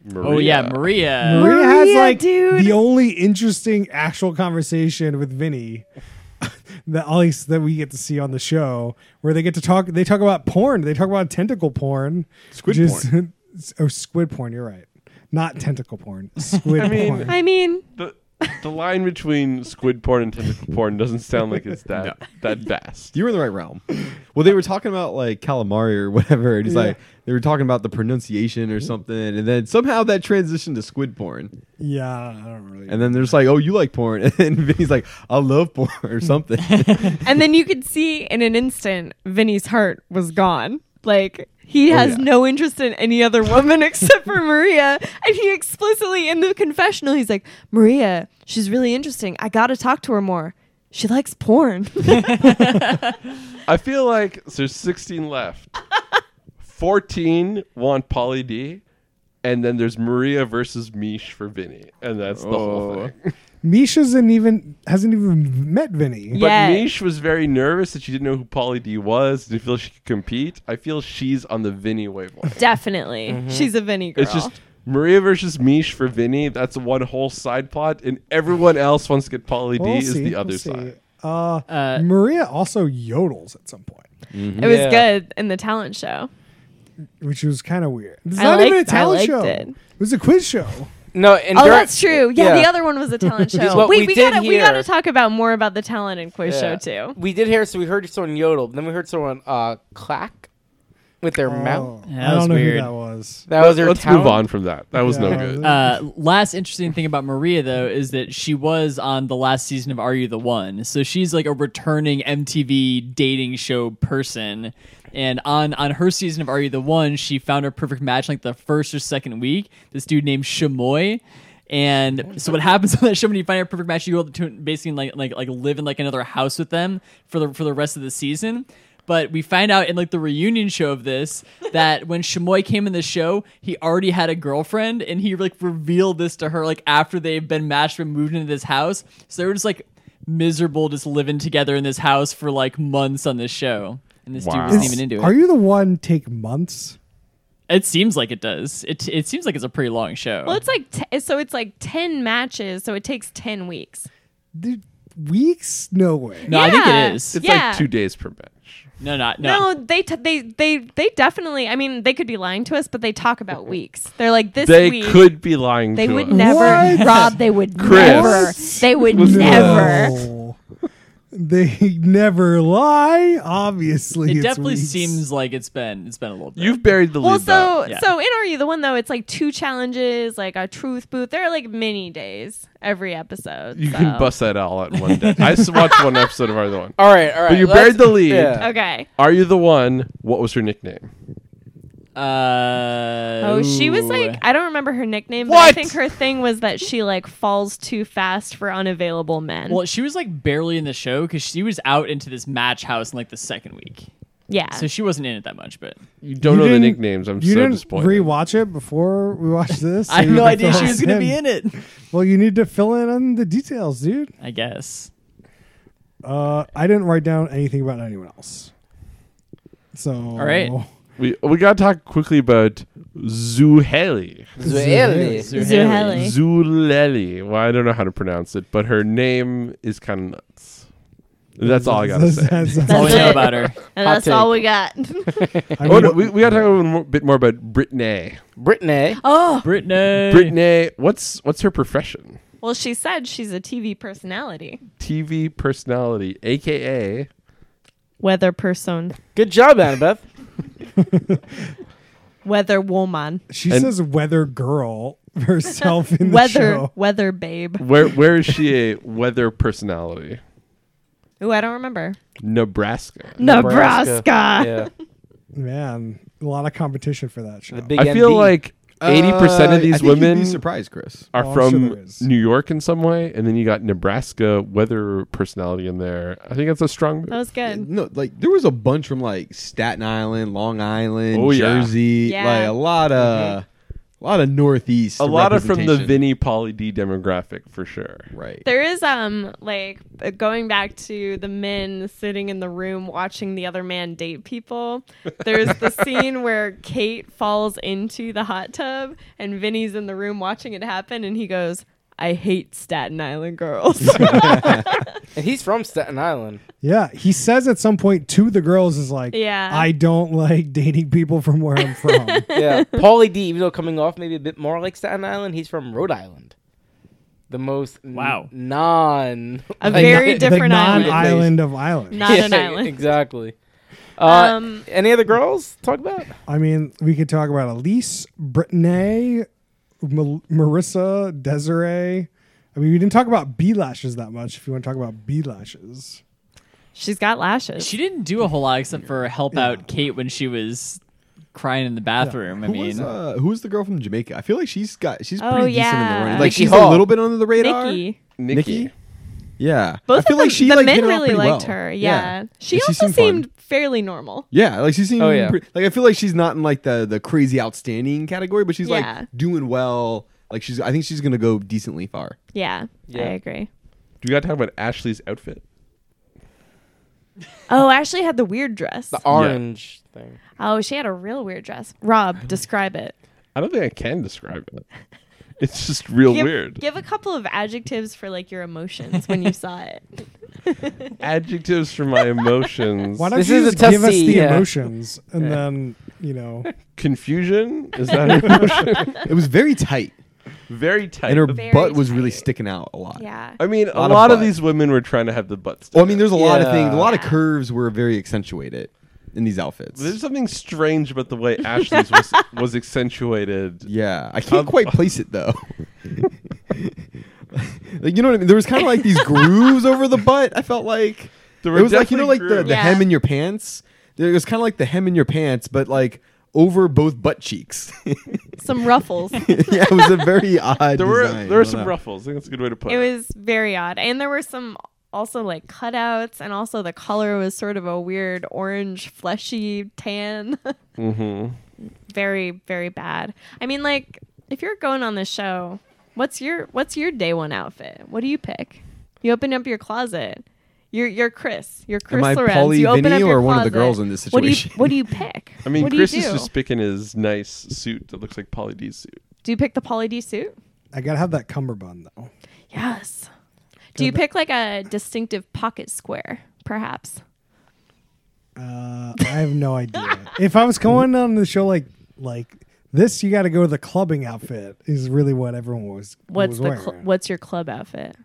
B: Maria.
E: Oh yeah, Maria.
A: Maria, has
C: Maria,
A: like
C: dude.
A: the only interesting actual conversation with Vinny *laughs* that at least that we get to see on the show where they get to talk they talk about porn. They talk about tentacle porn.
F: Squid
A: which is- *laughs* oh squid porn, you're right. Not tentacle porn. Squid
B: mean-
A: porn.
C: I mean,
B: The- the line between squid porn
F: *laughs*
B: and tentacle porn doesn't sound like it's that that vast.
F: You were in the right realm. Well, they were talking about like calamari or whatever, and he's
A: Yeah.
F: like, they were talking about the pronunciation
B: Mm-hmm.
F: or something, and then somehow that transitioned to squid porn,
A: Yeah, I don't- I don't really.
F: and then there's like, oh, you like porn, *laughs* and Vinny's like, I love porn or
B: *laughs*
F: something.
C: and then you could see in an instant Vinny's heart was gone. Like
D: Oh,
C: he has
F: yeah.
C: no interest in any other woman *laughs* except for Maria. And he explicitly in the confessional, he's like, Maria, she's really interesting. I gotta talk to her more. She likes porn. *laughs*
B: I feel like so there's 16 left. 14 want Polly D, and then there's Maria versus Mish for Vinny, and that's the whole
F: Oh.
B: thing.
A: Misha's not even hasn't even met Vinny.
C: Yeah.
B: But Mish was very nervous that she didn't know who Polly D was. Didn't feel she could compete. I feel she's on the Vinny wavelength.
C: Definitely.
D: Mm-hmm.
C: She's a Vinny girl.
B: It's just Maria versus Mish for Vinny. That's one whole side plot, and everyone else wants to get Polly D
A: We'll
B: is
A: see,
B: the other
A: we'll see.
B: side.
A: Uh,
E: Uh,
A: Maria also yodels at some point,
C: it was
D: Yeah.
C: good in the talent show.
A: which was kind of weird. It's
C: I
A: not even a
C: liked- I
A: talent
C: liked
A: show.
C: it.
A: was a quiz show.
D: No, and
C: oh,
D: during-
C: that's true. Yeah,
D: yeah.
C: the other one was a
D: *laughs*
C: talent
D: Because
C: show.
D: what
C: Wait,
D: we
C: we,
D: did
C: gotta we
D: hear-
C: gotta talk about more about the talent and quiz
D: Yeah.
C: show too.
D: We did hear, so we heard someone yodel. Then we heard someone uh, clack with their mouth.
A: Oh,
E: Yeah,
A: I
E: that was
A: don't know
E: weird.
A: who that was.
D: That was their
B: Let's
D: talent.
B: move on from that. That was no
A: Yeah.
B: good.
E: Uh, last interesting thing about Maria though is that she was on the last season of Are You the One, so she's like a returning MTV dating show person. And on on her season of Are You the One, she found her perfect match like the first or second week. This dude named Shamoy. And so what happens *laughs* on that show when you find a perfect match, you go to basically like like like live in like another house with them for the for the rest of the season. But we find out in like the reunion show of this that when Shamoy came in the show, he already had a girlfriend, and he like revealed this to her like after they've been matched and moved into this house. So they were just like miserable, just living together in this house for like months on this show, and this dude
B: Wow.
E: wasn't even into it.
A: Are you the one take months?
E: it seems like it does. It it seems like it's a pretty long show.
C: Well, it's like t- so it's like ten matches, so it takes ten weeks.
A: Dude, weeks? No way.
E: no, I think
C: Yeah.
E: it is.
B: It's
C: yeah.
B: like two days per match.
E: no, not no.
C: No, they t- they they they definitely. I mean, they could be lying to us, but they talk about weeks. They're like this
B: They
C: week.
B: could be lying.
C: they
B: to
C: would
B: us.
C: never, *laughs*
A: What?
C: Rob. They would
B: Chris.
C: never. They would
B: Was it-
C: never.
A: No. They never lie. Obviously,
E: It
A: it's
E: definitely
A: weeks.
E: seems like it's been it's been a little bit.
B: You've buried the lead.
C: Well,
B: though.
C: so
E: Yeah.
C: so in Are You the One though? It's like two challenges, like a truth booth. There are like mini days every episode.
B: you
C: so.
B: can bust that all at one day. I just watched one episode of Are
A: *laughs*
B: You the One.
D: All right, all right.
B: you
D: let's-
B: buried the lead.
D: yeah.
C: Okay.
B: Are you the one? What was her nickname?
E: Uh,
C: Oh, she was
E: ooh.
C: like I don't remember her nickname, but I
B: What?
C: think her thing was that she like falls too fast for unavailable men.
E: Well, she was like barely in the show because she was out into this match house in like the second week,
C: yeah.
E: so she wasn't in it that much. But
B: You don't
A: You
B: know the
A: didn't-
B: nicknames. I'm
A: You
B: so
A: didn't
B: disappointed.
A: rewatch it before we watched this.
E: *laughs* I had
A: You
E: no idea
A: fill
E: she was
A: us
E: going to be in it.
A: Well, you need to fill in on the details, dude.
E: I guess.
A: Uh, I didn't write down anything about anyone else. So, all
E: right.
B: we we gotta talk quickly about Zuheli.
D: Zueli.
A: Zueli.
C: Zuheli.
B: Zuleli. Well, I don't know how to pronounce it, but her name is kind of nuts. That's all I gotta say.
F: *laughs*
E: That's all we know
C: it. *laughs*
E: about her.
C: And
D: Hot
C: that's all
D: take.
C: we got.
A: I
B: Oh,
A: mean,
B: no, we, we gotta talk a little more- bit more about Brittany.
D: Brittany.
C: *laughs* oh,
E: Brittany.
B: Brittany, what's what's her profession?
C: well, she said she's a TV personality.
B: TV personality, aka
C: Weather person.
D: Good job, Annabeth.
C: Weather woman.
A: she
B: And-
A: says weather girl *laughs* herself *laughs* in the
C: Weather
A: show.
C: weather babe.
B: where where is she a weather personality?
C: Ooh, I don't remember.
B: Nebraska.
C: Nebraska.
D: yeah.
A: Man, a lot of competition for that show.
D: The big
B: I feel
D: MD.
B: like eighty percent
F: Uh, I
B: of these
F: think you'd
B: women
F: be surprised, Chris.
B: are
A: Oh, I'm sure there
B: from
A: is.
B: New York in some way, and then you got Nebraska weather personality in there. I think that's a strong move.
C: That was good.
F: No, like there was a bunch from like Staten Island, Long Island,
B: Oh, yeah.
F: Jersey,
C: Yeah. Mm-hmm.
F: like a lot of, a lot of Northeast,
B: a lot of from the
F: representation.
B: Vinny Poly D demographic for sure.
F: right?
C: There is um like uh, going back to the men sitting in the room watching the other man date people. There's
D: *laughs*
C: the scene where Kate falls into the hot tub and Vinny's in the room watching it happen and he goes, "I hate Staten Island girls." *laughs*
D: and he's from Staten Island.
A: Yeah, he says at some point to the girls is like,
C: Yeah.
A: I don't like dating people from where I'm from."
D: Yeah, Paulie D, even though coming off maybe a bit more like Staten Island, he's from Rhode Island. the most n-
E: Wow.
D: non
C: A
D: like,
C: very
A: the
C: different
A: non-island
C: island.
D: island.
A: of islands.
C: Not an
D: *laughs* Yeah,
C: island.
D: exactly. Uh,
C: Um,
D: any other girls to talk about?
A: I mean, we could talk about Elise, Brittany, Mel- Marissa, Desiree. I mean, we didn't talk about bee lashes that much. If you want to talk about bee lashes,
C: She's got lashes.
E: She didn't do a whole lot except for help out Kate when she was crying in the bathroom. I
F: Who was,
E: mean,
F: uh, who was the girl from Jamaica? I feel like she's got she's
C: Oh,
F: pretty decent in the
C: yeah.
F: running. Like
D: Nikki
F: she's a
D: Hall.
F: little bit under the radar.
C: Nikki.
B: Nikki.
F: Nikki? Yeah,
C: Both
F: I feel
C: of them,
F: like she
C: the
F: like, hit
C: men
F: it off
C: really
F: pretty
C: liked
F: well.
C: her. Yeah. She
F: And
C: also
F: seemed fun.
C: seemed fairly normal.
F: Yeah, like she seems.
D: Oh, yeah.
F: pre- like I feel like she's not in like the the crazy outstanding category, but she's
C: Yeah.
F: like doing well. Like she's, I think she's gonna go decently far.
C: Yeah,
D: Yeah.
C: I agree.
B: Do we got to talk about Ashley's outfit?
C: Oh, Ashley had the weird dress.
D: The orange thing.
C: Oh, she had a real weird dress. Rob, describe it.
B: I don't think I can describe
F: *laughs*
B: it. It's just real
C: Give,
B: weird.
C: Give a couple of adjectives for like your emotions when you saw it.
F: *laughs*
B: Adjectives for
C: *laughs*
B: my emotions.
A: why don't
D: This
A: you
D: is a
A: just
D: tough
A: give us
D: C,
A: the
D: yeah.
A: emotions and then you
D: *laughs*
A: know
B: Confusion
F: *laughs*
B: is that an emotion?
F: It was very tight,
B: Very tight.
F: and her
C: Very
F: butt was really
C: tight.
F: sticking out a lot.
C: *laughs* Yeah.
B: I mean, a
F: lot
B: lot,
F: of
B: of,
F: butt.
B: these women were trying to have the butts.
F: Well, I mean, there's a lot of
D: Yeah.
F: things. A lot of
C: Yeah.
F: curves were very accentuated in these outfits.
B: there's something strange about the
F: *laughs*
B: way Ashley's was was accentuated.
F: Yeah, I can't
B: Um,
F: quite place it though. *laughs* like you know what I mean? There was kind of like
B: *laughs*
F: these grooves over the butt. I felt like
B: There were
F: it was like you know like
B: definitely
F: the, the
C: grooves.
F: hem
C: Yeah.
F: in your pants. There it was kind of like the hem in your pants, but like over both butt cheeks. *laughs* yeah, *laughs*
C: Some ruffles.
F: it was a very odd.
B: There were
F: design.
B: there
F: I
B: were
F: don't
B: some
F: know.
B: ruffles. I think that's a good way to put
C: it
B: it.
C: was very odd. And there were some also like cutouts and also the color was sort of a weird orange fleshy tan. *laughs*
F: Mm-hmm.
B: Mhm.
C: very very bad. I mean like if you're going on the show, what's your what's your day one outfit? What do you pick? You open up your closet. You're you're Chris. You're Chris
F: Am I
C: Lorenz.
F: Pauly
C: you open
F: Vinny
C: up your
F: or one of the
C: closet.
F: girls in this situation?
C: What do you what do you
F: *laughs*
C: pick?
B: I mean,
C: what
B: Chris
C: do you
B: is
C: do?
B: just picking his nice suit that looks like Polly D's suit.
C: do you pick the poly D suit?
A: I gotta have that cummerbund though.
C: Yes. Do you pick like a distinctive pocket square, perhaps?
A: Uh, I have no idea. if I was going on the show like like this, you got to go to the clubbing outfit. Is really what everyone was.
C: What's
A: was
C: the
A: wearing.
C: cl- what's your club outfit?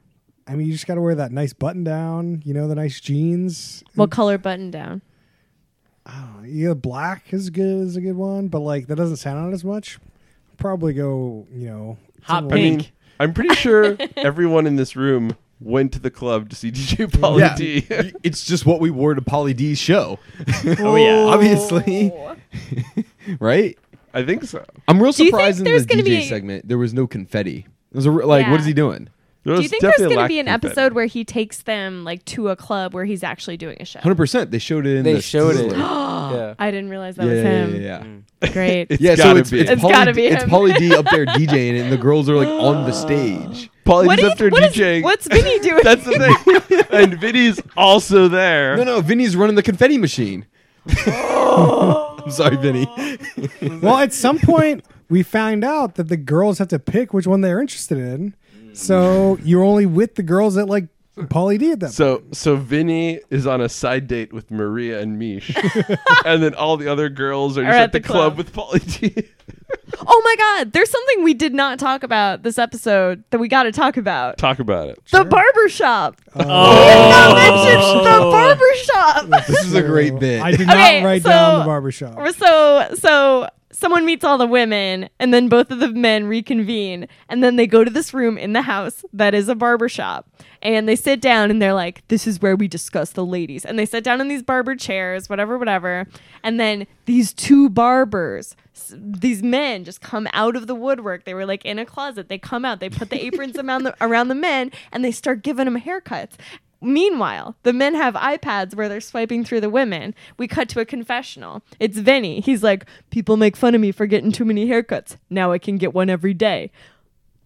A: I mean, you just got to wear that nice button down. You know, the nice jeans.
F: Hmm.
C: What color button down?
A: Uh, yeah, black is good is a good one, but like that doesn't sound out as much. Probably go. You know,
E: hot
A: somewhere-
B: I mean,
E: pink.
B: I'm pretty
C: *laughs*
B: sure everyone in this room went to the club to see *laughs* DJ Polly
F: Yeah,
B: D.
F: y- it's just what we wore to Polly D's show,
E: oh yeah.
F: *laughs* obviously, *laughs* right?
B: I think so.
F: I'm real
C: Do you think
F: surprised in the
C: there's gonna
F: DJ
C: be-
F: segment there was no confetti. It was a, re- like, what
C: Yeah.
F: is he doing?
B: There
C: Do
B: was
C: you think there's
B: definitely
C: going to
B: lack
C: be an
B: of confetti.
C: episode where he takes them like to a club where he's actually doing a show?
F: Hundred percent. They showed it. Mm. in
D: They
F: the
D: showed it.
C: *gasps*
F: Sizzler.
D: yeah.
C: I didn't realize that
F: yeah,
C: was
F: yeah,
C: him.
F: yeah, yeah.
C: *laughs* Great.
B: It's
F: yeah, so *laughs*
B: gotta
F: it's
B: be.
F: it's,
C: It's
F: Pauly-
C: gotta be
F: It's
C: him.
F: Pauly D up
C: *laughs*
F: there DJing, and the girls are like on the stage.
B: Polly
C: What
B: D's
C: do you-
B: up there
C: what is-
B: DJing.
C: *laughs*
F: *laughs*
C: what's Vinny doing?
B: *laughs* That's the
C: *laughs*
B: thing. and Vinny's also
F: *gasps*
B: there.
F: No, no, Vinny's running the confetti
C: *laughs*
F: machine. *laughs* I'm sorry, Vinny.
A: Well, at some point *laughs* we found out that the girls have to pick which one they're interested in.
F: Mm.
A: So you're only with the girls that like Pauly D at that. point.
B: So so Vinny is on a side date with Maria and
C: *laughs*
B: Mish, and then all the other girls are just at, the, club, with Pauly D. *laughs*
C: oh my God. There's something we did not talk about this episode that we got to talk about.
B: Talk about it.
C: The barber shop.
A: Oh,
E: Oh.
C: The barber shop.
F: *laughs* This is a great bit.
A: I did
C: Okay,
A: not write
C: so-
A: down the barbershop.
C: So so someone meets all the women and then both of the men reconvene and then they go to this room in the house that is a barber shop and they sit down and they're like this is where we discuss the ladies and they sit down in these barber chairs whatever whatever and then these two barbers s- these men just come out of the woodwork they were like in a closet they come out they put the aprons around the around the men and they start giving them haircuts Meanwhile, the men have iPads where they're swiping through the women. We cut to a confessional. It's Vinny. He's like, People make fun of me for getting too many haircuts. Now I can get one every day.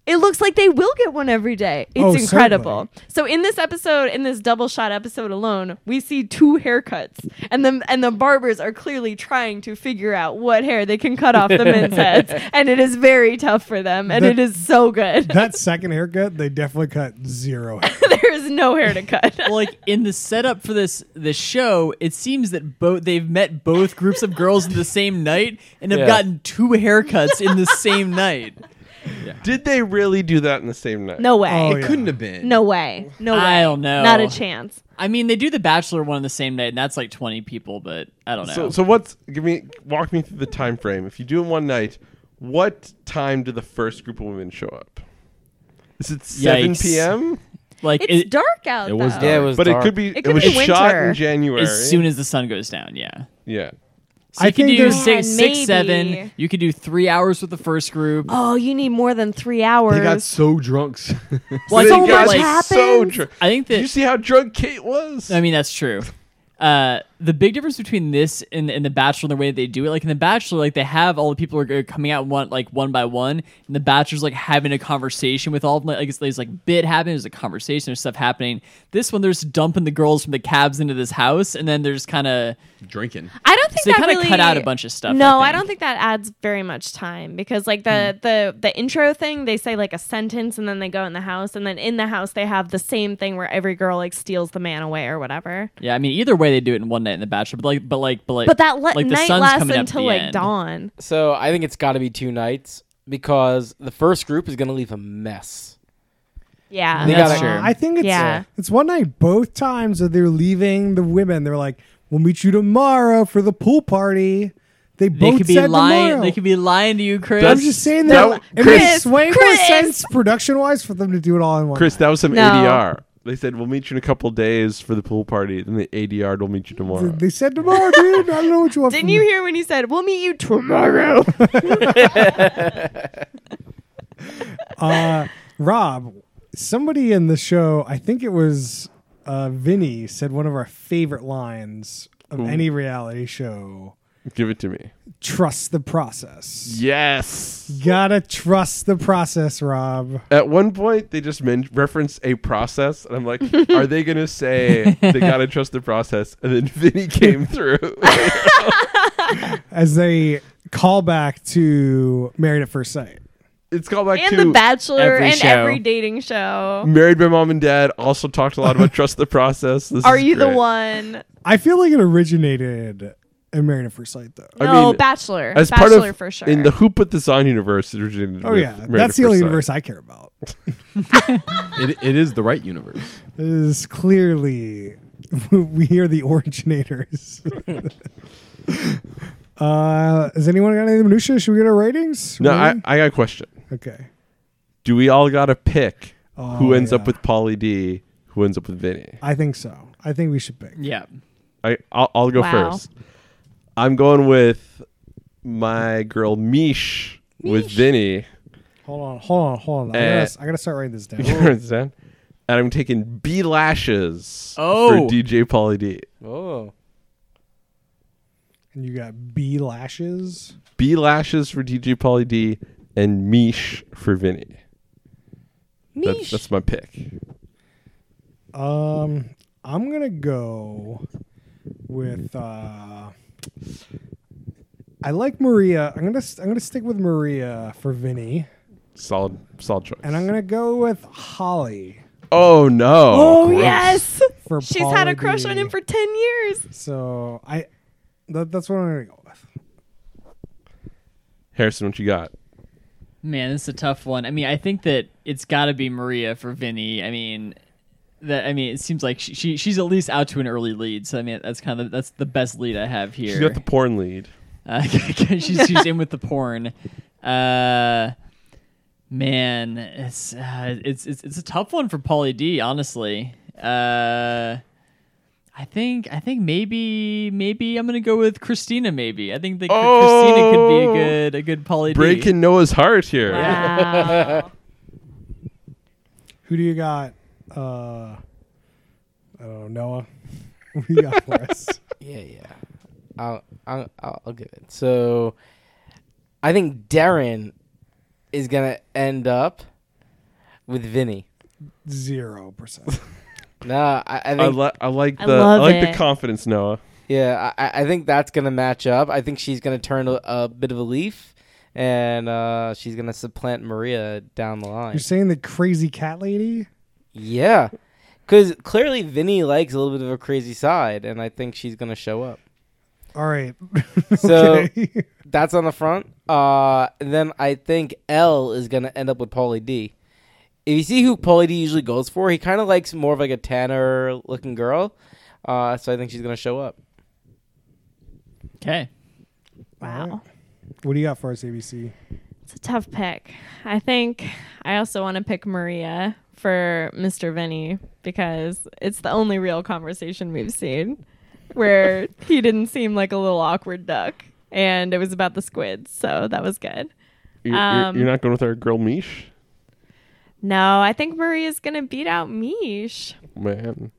C: It looks like they will get one every day. It's
A: Oh,
C: incredible. So in this episode, in this double shot episode alone, we see two haircuts. And the and the barbers are clearly trying to figure out what hair they can cut off
A: *laughs*
C: the men's heads. And it is very tough for them. And
A: The-
C: it is so good. *laughs*
A: that second haircut, they definitely cut zero. hair.
C: there is no hair
A: *laughs*
C: to cut.
E: Well, like in the setup for this the show, it seems that both they've met both groups of girls in the same night and have
D: Yeah.
E: gotten two haircuts in the same night.
B: Did they really do that in the same night?
C: No way.
A: Oh,
F: it
A: yeah.
F: couldn't have been.
C: No way. No way.
E: I don't know.
C: Not a chance.
E: I mean, they do the Bachelor one on the same night, and that's like twenty people. But I don't know.
B: So, so what's give me walk me through the time frame. If you do it one night, what time do the first group of women show up? Is it seven
E: Yikes.
B: p.m.?
E: like
C: It's
E: it-
C: dark out.
F: It was
C: though.
F: dark.
D: Yeah, it was.
B: But it
D: dark.
B: could be. It,
C: It could
B: was
C: be
B: shot
C: winter.
B: in January.
E: as soon as the sun goes down. Yeah.
B: yeah.
E: So
A: I
E: you could
A: think
E: do
A: there's-
E: six,
C: Yeah,
E: six, seven.
C: maybe.
E: You could do three hours with the first group.
C: Oh, you need more than three hours.
F: They got so drunk. *laughs*
E: Well, I
B: They got
E: think that, like,
B: so
C: happens.
B: drunk.
E: I think
B: Did you
E: that
B: see how drunk Kate was?
E: I mean that's true. Uh, the big difference between this and, and the Bachelor and the way that they do it, like in the Bachelor, like they have all the people are uh, coming out one like one by one, and the Bachelor's like having a conversation with all of them. Like it's- there's like bit happening, there's a conversation, there's stuff happening. This one, they're just dumping the girls from the cabs into this house, and then there's kind of
F: Drinking.
C: I don't think
E: So they
C: that
E: kinda
C: really-
E: cut out a bunch of stuff,
C: No,
E: I
C: I,
E: think. Hmm.
C: don't think that adds very much time because like the the the intro thing, they say like a sentence and then they go in the house and then in the house they have the same thing where every girl like steals the man away or whatever.
E: yeah. I mean, either way, they do it in one night in the Bachelor, but like, but like, but like,
C: But that le-
E: like the
C: night
E: sun's
C: lasts
E: coming up at
C: until
E: the
C: like
E: end.
C: dawn.
D: So I think it's got to be two nights because the first group is going to leave a mess.
C: Yeah.
D: They gotta-
E: That's true.
A: I think it's
C: Yeah.
A: it's one night both times that they're leaving the women. They're like, "We'll meet you tomorrow for the pool party." They,
E: They
A: both
E: could be
A: said
E: lying.
A: tomorrow.
E: They could be lying to you, Chris.
A: I'm just saying
B: That-
A: that it makes
C: Chris,
A: way more
C: Chris.
A: sense production wise for them to do it all in one.
B: Chris, that was some
C: No.
B: ADR. They said we'll meet you in a couple days for the pool party, then the ADR will meet you tomorrow.
A: They said tomorrow, dude. I don't know what you want.
C: Didn't
A: from
C: you
A: me.
C: hear when he said, "We'll meet you tomorrow"?
A: *laughs* Uh, Rob, somebody in the show, I think it was uh, Vinny, said one of our favorite lines of any reality show:
B: Give it to me.
A: "Trust the process."
B: Yes.
A: Gotta trust the process, Rob.
B: At one point, they just men- referenced a process, and I'm like, "Are they gonna say they gotta trust the process?" And then *laughs* Vinny came through. *laughs*
A: As they call back to Married at First Sight.
B: it's called back
C: and
B: to
C: the Bachelor
E: every
C: and
E: show.
C: every dating
F: Mm.
C: show.
B: married by mom and dad. Also talked a lot about trust the process. This
C: Are
B: is
C: you the
B: great.
C: one?
A: I feel like it originated in Married at First Sight, though.
B: I
C: no,
B: mean,
C: Bachelor.
B: As part
C: bachelor
B: of
C: for sure.
B: in the Who Put This On universe, it originated
A: Oh
B: with
A: yeah,
B: Married at
A: that's the only
B: First Sight.
A: universe I care about.
F: It, it is the right universe.
A: It is clearly *laughs* we are the
B: *laughs*
A: originators. uh, has anyone got any minutia? Should we get our ratings?
B: No, I,
A: Rating?
B: I got a question.
A: okay.
B: Do we all gotta pick who
A: Oh,
B: ends up
A: yeah.
B: with Polly D? Who ends up with Vinny?
A: I think so. I think we should pick.
E: yeah.
B: I I'll, I'll go
C: Wow.
B: first. I'm going with my girl Mish with Vinny.
A: Hold on, hold on, hold on. I,
B: Eh.
A: gotta, s- I gotta start writing this
B: *laughs* You *laughs*
A: down.
B: understand? And I'm taking B lashes
E: Oh.
B: for DJ Polly D.
D: Oh,
A: and you got B lashes.
B: B lashes for DJ Polly D and Mish for Vinny. That's, that's my pick.
A: Um, I'm gonna go with. Uh, I like Maria. I'm gonna s- I'm gonna stick with Maria for Vinny,
B: Solid solid choice.
A: and I'm gonna go with Holly
B: Oh no.
C: oh
B: Gross.
C: yes,
A: for.
C: she's had
A: Paula
C: a crush on
A: Deen.
C: him for ten years.
A: So I, that, that's what I'm gonna go with.
B: Harrison, what you got?
E: Man, this is a tough one. I mean, I think that it's got to be Maria for Vinny. I mean, that I mean, it seems like she, she she's at least out to an early lead. So I mean, that's kind of that's the best lead I have here.
B: She's got the porn lead.
E: Uh, *laughs* 'cause she's, she's in with the porn. Uh, man, it's, uh, it's it's it's a tough one for Pauly D. Honestly, uh, I think I think maybe maybe I'm gonna go with Christina. Maybe I think that Cr- Christina could be
B: Oh!
E: a good a good Pauly D.
B: Breaking Noah's heart here.
C: *laughs* Wow.
A: Who do you got? Uh, I don't know, Noah. *laughs* What do you got for us?
D: yeah, yeah. I'll, I'll, I'll I'll give it. So, I think Darren is gonna end up with Vinny.
A: Zero percent.
D: Nah, I, I
B: I,
D: think
B: li- I like the I,
C: I love
B: like the
C: it.
B: confidence, Noah.
D: Yeah, I- I, I think that's going to match up. I think she's going to turn a, a bit of a leaf, and uh, she's going to supplant Maria down the line.
A: You're saying the crazy cat lady?
D: Yeah, because clearly Vinny likes a little bit of a crazy side, and I think she's going to show up.
A: All right. *laughs*
D: So-
A: okay. *laughs*
D: That's on the front. Uh, and then I think L is going to end up with Paulie D. If you see who Paulie D usually goes for, he kind of likes more of like a tanner looking girl. Uh, so I think she's going to show up.
E: Okay.
A: All
C: Wow.
A: right. what do you got for us, ABC?
C: It's a tough pick. I think I also want to pick Maria for Mr. Vinny because it's the only real conversation we've seen *laughs* where he didn't seem like a little awkward duck. And it was about the squids, so that was good.
B: You're, you're-
C: Um,
B: you're not going with our girl Mish,
C: No, I think Maria's gonna beat out Mish.
B: man.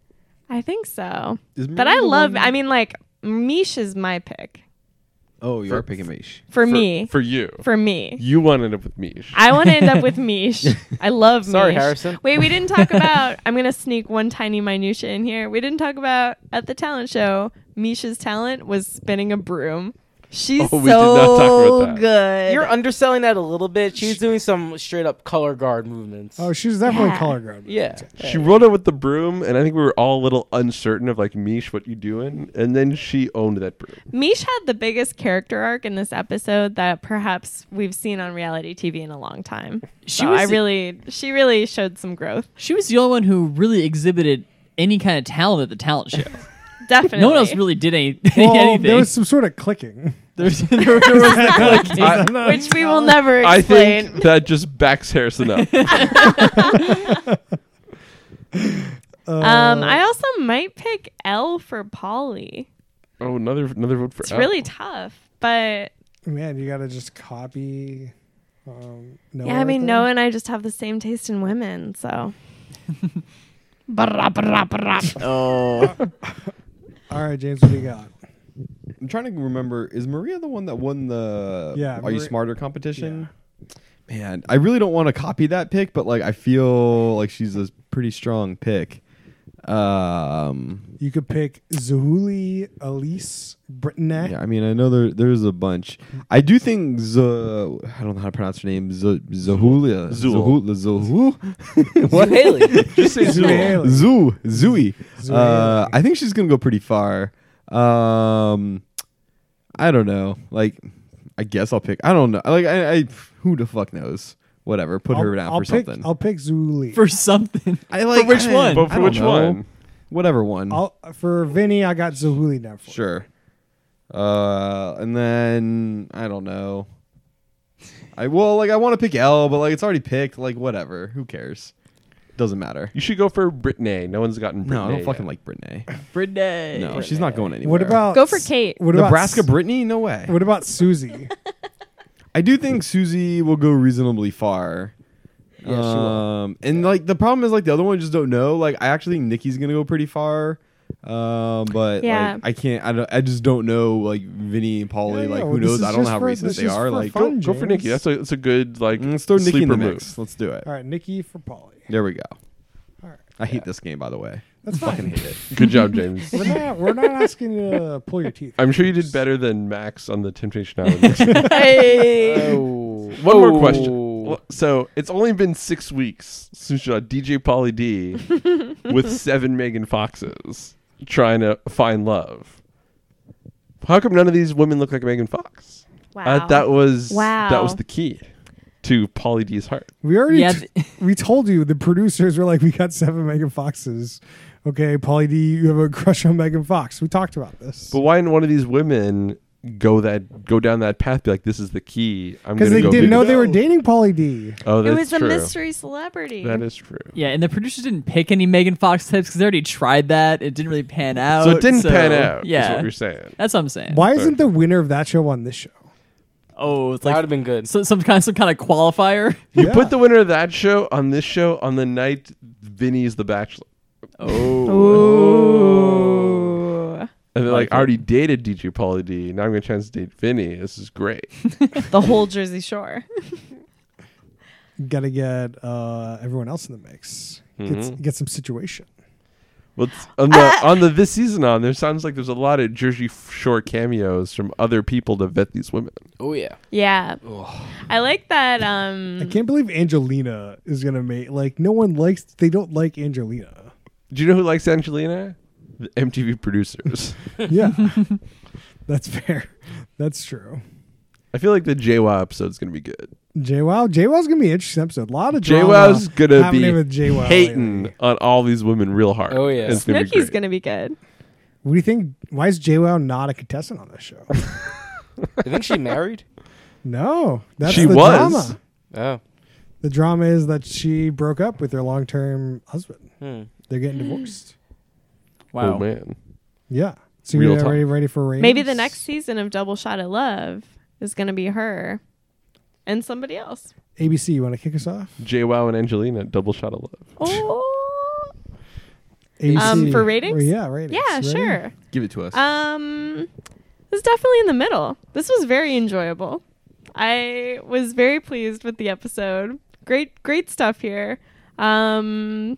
C: I think so.
F: Is
C: But I
F: Maria the
C: love
F: one-
C: I mean like Mish is my pick.
F: Oh, you
B: For-
F: are picking Mish.
C: For, me.
B: for you,
C: for me.
B: you want to end up with Mish.
C: I want to end up with Mish. I love
D: Sorry,
C: Mish.
D: Harrison.
C: Wait, we didn't talk about. I'm going to sneak one tiny minutia in here. We didn't talk about at the talent show. Mish's talent was spinning a broom. She's
B: Oh, we did not talk
C: so
B: about that.
C: good.
D: You're underselling that a little bit. She's doing some straight up color guard movements.
A: Oh, she's definitely
C: Yeah.
A: color guard.
D: yeah.
B: *laughs* She rolled up with the broom, and I think we were all a little uncertain of like Mish, what you doing? And then she owned that broom.
C: *laughs* Mish had the biggest character arc in this episode that perhaps we've seen on reality TV in a long time.
E: She
C: so
E: was
C: I
E: the-
C: really, she really showed some growth. *laughs*
E: She was the only one who really exhibited any kind of talent at the talent show.
C: Definitely.
E: no one else really did any, *laughs*
A: Well,
E: anything.
A: there was some sort of clicking.
E: There's- there was that click.
B: I-
C: Which we will never
B: I
C: explain.
B: think that just backs Harrison
C: *laughs*
B: up.
C: um, I also might pick L for Polly.
B: oh, another another vote for.
C: It's
B: Elle.
C: really tough, but
A: Man, you gotta just copy. Um, Noah
C: yeah, I mean,
A: right
C: Noah
A: there.
C: and I just have the same taste in women, so
A: All right, James, what do you got?
F: I'm trying to remember. Is Maria the one that won the
A: Yeah,
F: Are
A: Maria-
F: You Smarter competition? Man, I really don't want to copy that pick, but like I feel like she's a pretty strong pick. Um,
A: You could pick Zuhuli, Elise, Brittany. *laughs*
F: yeah, I mean, I know there there's a bunch. I do think Z- I don't know how to pronounce her name. Z- Zahulia.
B: Zul.
F: Zul. Zahu.
D: What? Haley. *laughs*
B: just say Zool.
A: Zuhali.
F: Zoo, Zooey. Uh,
A: Zooey.
F: I think she's gonna go pretty far. Um, I don't know. Like, I guess I'll pick. I don't know. Like, I, I who the fuck knows? Whatever. Put her down
A: I'll
F: for
A: pick,
F: something.
A: I'll pick Zuhuli.
E: for something.
F: I like
E: for which
F: I-
E: one?
B: Vote
F: I
B: for
F: don't
B: which
F: know.
B: one?
F: Whatever one.
A: I'll, for Vinny, I got Zuhuli down for.
F: sure. Uh, and then I don't know. I well, like I want to pick L, but like it's already picked. Like whatever. Who cares? Doesn't matter.
B: You should go for Brittany. No one's gotten Brittany.
F: No, I don't fucking
B: yet.
F: like Brittany.
E: Brittany.
F: No, she's not going anywhere.
A: What about
C: go for Kate.
A: What
F: Nebraska
A: about
F: Brittany? No way.
A: what about Susie?
F: I do think Susie will go reasonably far.
D: she will.
F: Um, and like the problem is like the other one I just don't know. Like I actually think Nikki's gonna go pretty far. Um, but
C: Yeah.
F: like I can't. I don't. I just don't know. Like Vinny and Polly.
A: Yeah,
F: like
A: no,
F: who
A: this
F: knows?
A: is
F: I don't know
A: just
F: how
A: for-
F: racist
A: this
F: they
A: is
F: are.
A: for
F: Like Mm,
A: fun.
B: Go for Nikki.
A: James.
B: That's a, that's a good like.
F: let's throw Nikki in
B: sleeper
F: the
B: move.
F: mix. Let's do it.
A: All right, Nikki for Polly.
F: There we go.
A: Alright.
F: I hate this game, by the way.
A: That's fine.
F: *laughs*
B: Good job, James.
A: We're not we're not asking you to pull your teeth.
B: I'm sure you did better than Max on the Temptation
F: *laughs*
B: Island.
D: Oh.
B: One more question. Well, So it's only been six weeks since you saw DJ Polly
C: *laughs*
B: D with seven Megan Foxes trying to find love. How come none of these women look like Megan Fox?
C: Wow.
B: Uh, that was that
C: Wow.
B: was the key to Polly D's heart.
A: We already
E: Yeah,
C: *laughs*
A: t- we told you the producers were like we got seven Megan Foxes. Okay, Polly D, you have a crush on Megan Fox. We talked about this.
B: But why didn't one of these women go that go down that path? Be like, this is the key. I'm
A: Because
B: gonna
A: they
B: go
A: didn't
B: do
A: know
B: this."
A: they were dating Polly D.
B: Oh,
C: it
B: that's
C: was
B: true.
C: a mystery celebrity.
B: That is true.
E: Yeah, and the producers didn't pick any Megan Fox tips because they already tried that. It didn't really pan out.
B: So it didn't pan out. Yeah, is
E: Oh, Yeah,
B: what you're saying.
E: that's what I'm saying.
A: Why isn't the winner of that show on this show?
E: Oh, it's
D: That would
E: like
D: have been good.
E: so, some kind of some kind of qualifier.
B: You
A: Yeah.
B: put the winner of that show on this show on the night Vinny's The Bachelor.
C: Oh.
A: Oh.
C: Ooh.
B: And they're like, I
E: Like
B: already dated DJ Pauly D. Now I'm going to chance to date Vinny. This is great.
C: the whole Jersey Shore.
A: Got to get uh, everyone else in the mix. Get, s-
B: Mm-hmm.
A: get some situation.
B: Well, it's- on the on the this season on, there sounds like there's a lot of Jersey Shore cameos from other people to vet these women.
D: Oh, yeah.
C: *laughs* Yeah. I like that.
A: I
C: Um,
A: can't believe Angelina is gonna make like no one likes. They don't like
C: *laughs*
A: Angelina. *laughs*
B: Do you know who likes Angelina? The MTV producers.
A: Yeah, That's fair. That's true.
B: I feel like the JWoww episode's gonna be good.
A: JWoww. JWoww's gonna be an interesting episode. A lot of drama
B: JWoww's gonna
A: happening
B: be
A: with JWoww
B: hating
A: lately.
B: on all these women real hard.
D: Oh, yeah.
B: It's gonna be
C: Snooki's
B: great.
C: gonna be good.
A: What do you think? Why is JWoww not a contestant on this show?
D: I think *laughs* she married.
A: no, that's
B: She
A: the
B: was.
A: drama.
D: Oh,
A: The drama is that she broke up with her long-term husband.
D: hmm.
A: They're getting
C: Mm.
A: divorced.
E: Wow.
B: Oh man.
A: Yeah. So
B: Real
A: you're already
B: time.
A: ready for rain.
C: Maybe the next season of Double Shot of Love is gonna be her and somebody
B: *laughs*
C: else.
A: ABC. You want to kick us off?
B: Um, JWoww and Angelina, double shot of love.
C: Oh,
A: ABC
C: Um, for ratings?
A: Well, yeah, ratings.
C: yeah,
A: Ready?
C: sure.
F: Give it to
C: Uh,
F: us.
C: Um, this is definitely in the middle. This was very enjoyable. I was very pleased with the episode. Great, great stuff here. Um,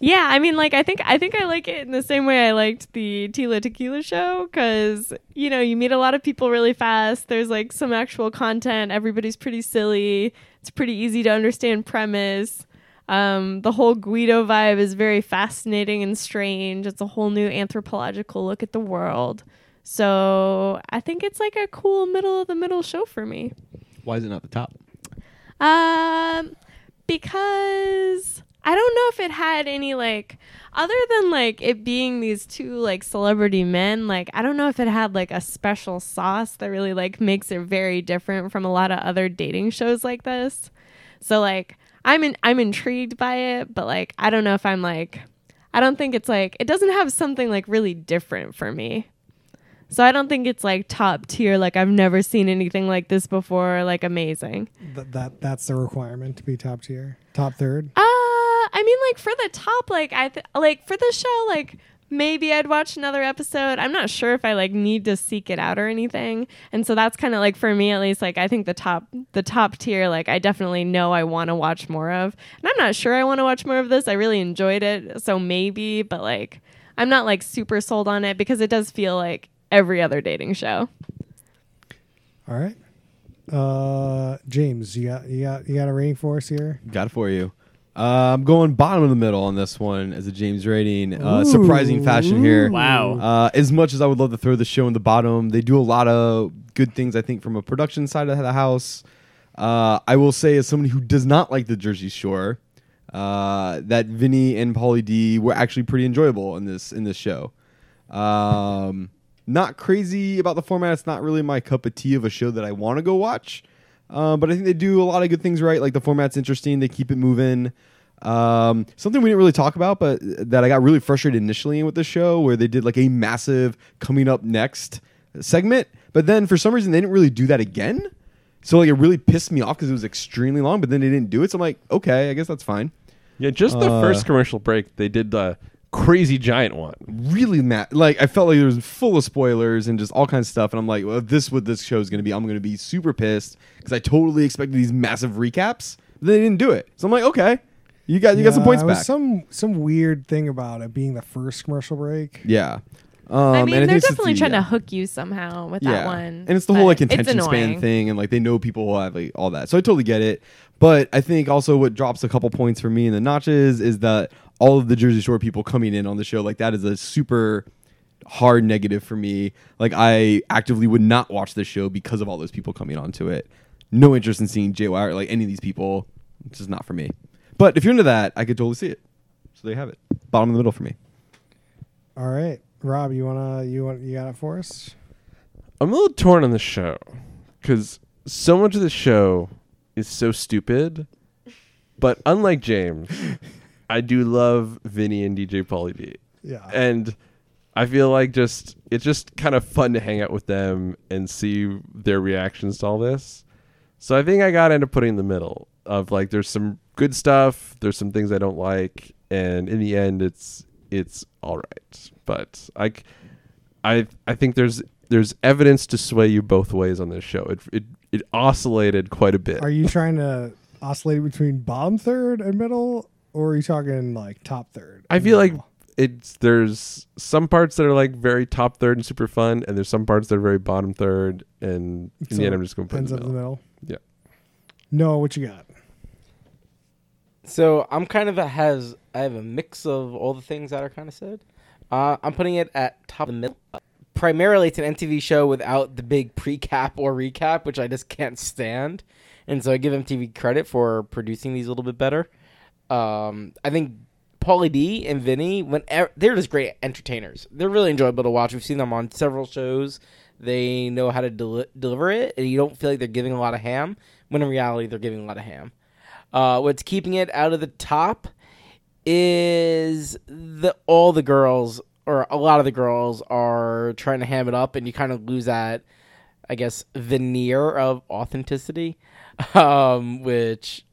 C: yeah, I mean, like, I think I think I like it in the same way I liked the Tila Tequila show because you know you meet a lot of people really fast. There's like some actual content. Everybody's pretty silly. It's pretty easy to understand premise. Um, the whole Guido vibe is very fascinating and strange. It's a whole new anthropological look at the world. So I think it's like a cool middle of the middle show for me.
F: Why is it not the top?
C: Um, because I don't know if it had any like other than like it being these two like celebrity men. Like I don't know if it had like a special sauce that really like makes it very different from a lot of other dating shows like this. So like I'm in, I'm intrigued by it, but like I don't know if I'm like I don't think it's like it doesn't have something like really different for me. So I don't think it's like top tier like I've never seen anything like this before like amazing.
A: Th- that that's the requirement to be top tier, top third.
C: Uh, I mean, like for the top, like I th- like for the show, like maybe I'd watch another episode. I'm not sure if I like need to seek it out or anything, and so that's kind of like for me at least. Like I think the top, the top tier, like I definitely know I want to watch more of, and I'm not sure I want to watch more of this. I really enjoyed it, so maybe, but like I'm not like super sold on it because it does feel like every other dating show.
A: All right. Uh, James, you got you got you got a rating for us here.
F: Got it for you. Uh, I'm going bottom of the middle on this one as a James rating. Uh, surprising fashion here.
E: Wow.
F: Uh, as much as I would love to throw the show in the bottom, they do a lot of good things, I think, from a production side of the house. Uh, I will say, as somebody who does not like the Jersey Shore, uh, that Vinny and Polly D were actually pretty enjoyable in this in this show. Um, not crazy about the format. It's not really my cup of tea of a show that I want to go watch. Um, but I think they do a lot of good things right. Like the format's interesting. They keep it moving. Um, something we didn't really talk about, but that I got really frustrated initially with the show, where they did like a massive coming up next segment, but then for some reason they didn't really do that again. So like it really pissed me off because it was extremely long, but then they didn't do it. So I'm like, okay, I guess that's fine.
B: Yeah, just the
F: Uh,
B: first commercial break, they did the crazy giant one.
F: really mad. Like I felt like there was full of spoilers and just all kinds of stuff. And I'm like, well, if this what this show is going to be. I'm going to be super pissed because I totally expected these massive recaps. But they didn't do it. So I'm like, okay, you got you got some
A: Yeah,
F: points
A: it was
F: back.
A: Some some weird thing about it being the first commercial break.
F: yeah. Um,
C: I
F: and
C: mean, they're
F: think it's just
C: definitely
F: the-
C: trying
F: yeah.
C: to hook you somehow with that one.
F: And it's the whole
C: but
F: like
C: it's
F: attention span
C: annoying.
F: thing, and like they know people will have like all that. So I totally get it. But I think also what drops a couple points for me in the notches is that all of the Jersey Shore people coming in on the show, like that is a super hard negative for me. Like I actively would not watch this show because of all those people coming onto it. No interest in seeing JY or like any of these people. It's just not for me. But if you're into that, I could totally see it. So they have it. Bottom of the middle for me.
A: All right, Rob, you wanna you want you got it for us?
B: I'm a little torn on the show because so much of the show is so stupid. But unlike James, I do love Vinny and DJ Pauly D.
A: Yeah.
B: and I feel like just it's just kind of fun to hang out with them and see their reactions to all this. So I think I got into putting in the middle of like there's some good stuff, there's some things I don't like, and in the end it's it's all right. But I c- I I think there's there's evidence to sway you both ways on this show. It it it oscillated quite a bit.
A: Are you trying to oscillate between bottom third and middle, or are you talking like top third?
B: I
A: and
B: feel like
A: middle?
B: it's there's some parts that are like very top third and super fun, and there's some parts that are very bottom third. And in
A: So
B: the end, I'm just going to put in
A: ends
B: the
A: up in the
B: middle.
A: middle.
B: Yeah.
A: No, what you got?
D: So I'm kind of a has I have a mix of all the things that are kind of said. Uh, I'm putting it at top of the middle, primarily it's an MTV show without the big pre-cap or recap, which I just can't stand. And so I give MTV credit for producing these a little bit better. Um, I think Paulie D and Vinny, when e, they're just great entertainers. They're really enjoyable to watch. We've seen them on several shows. They know how to deli- deliver it, and you don't feel like they're giving a lot of ham. When in reality, they're giving a lot of ham. Uh, what's keeping it out of the top is the all the girls or a lot of the girls are trying to ham it up, and you kind of lose that, I guess, veneer of authenticity, *laughs* um, which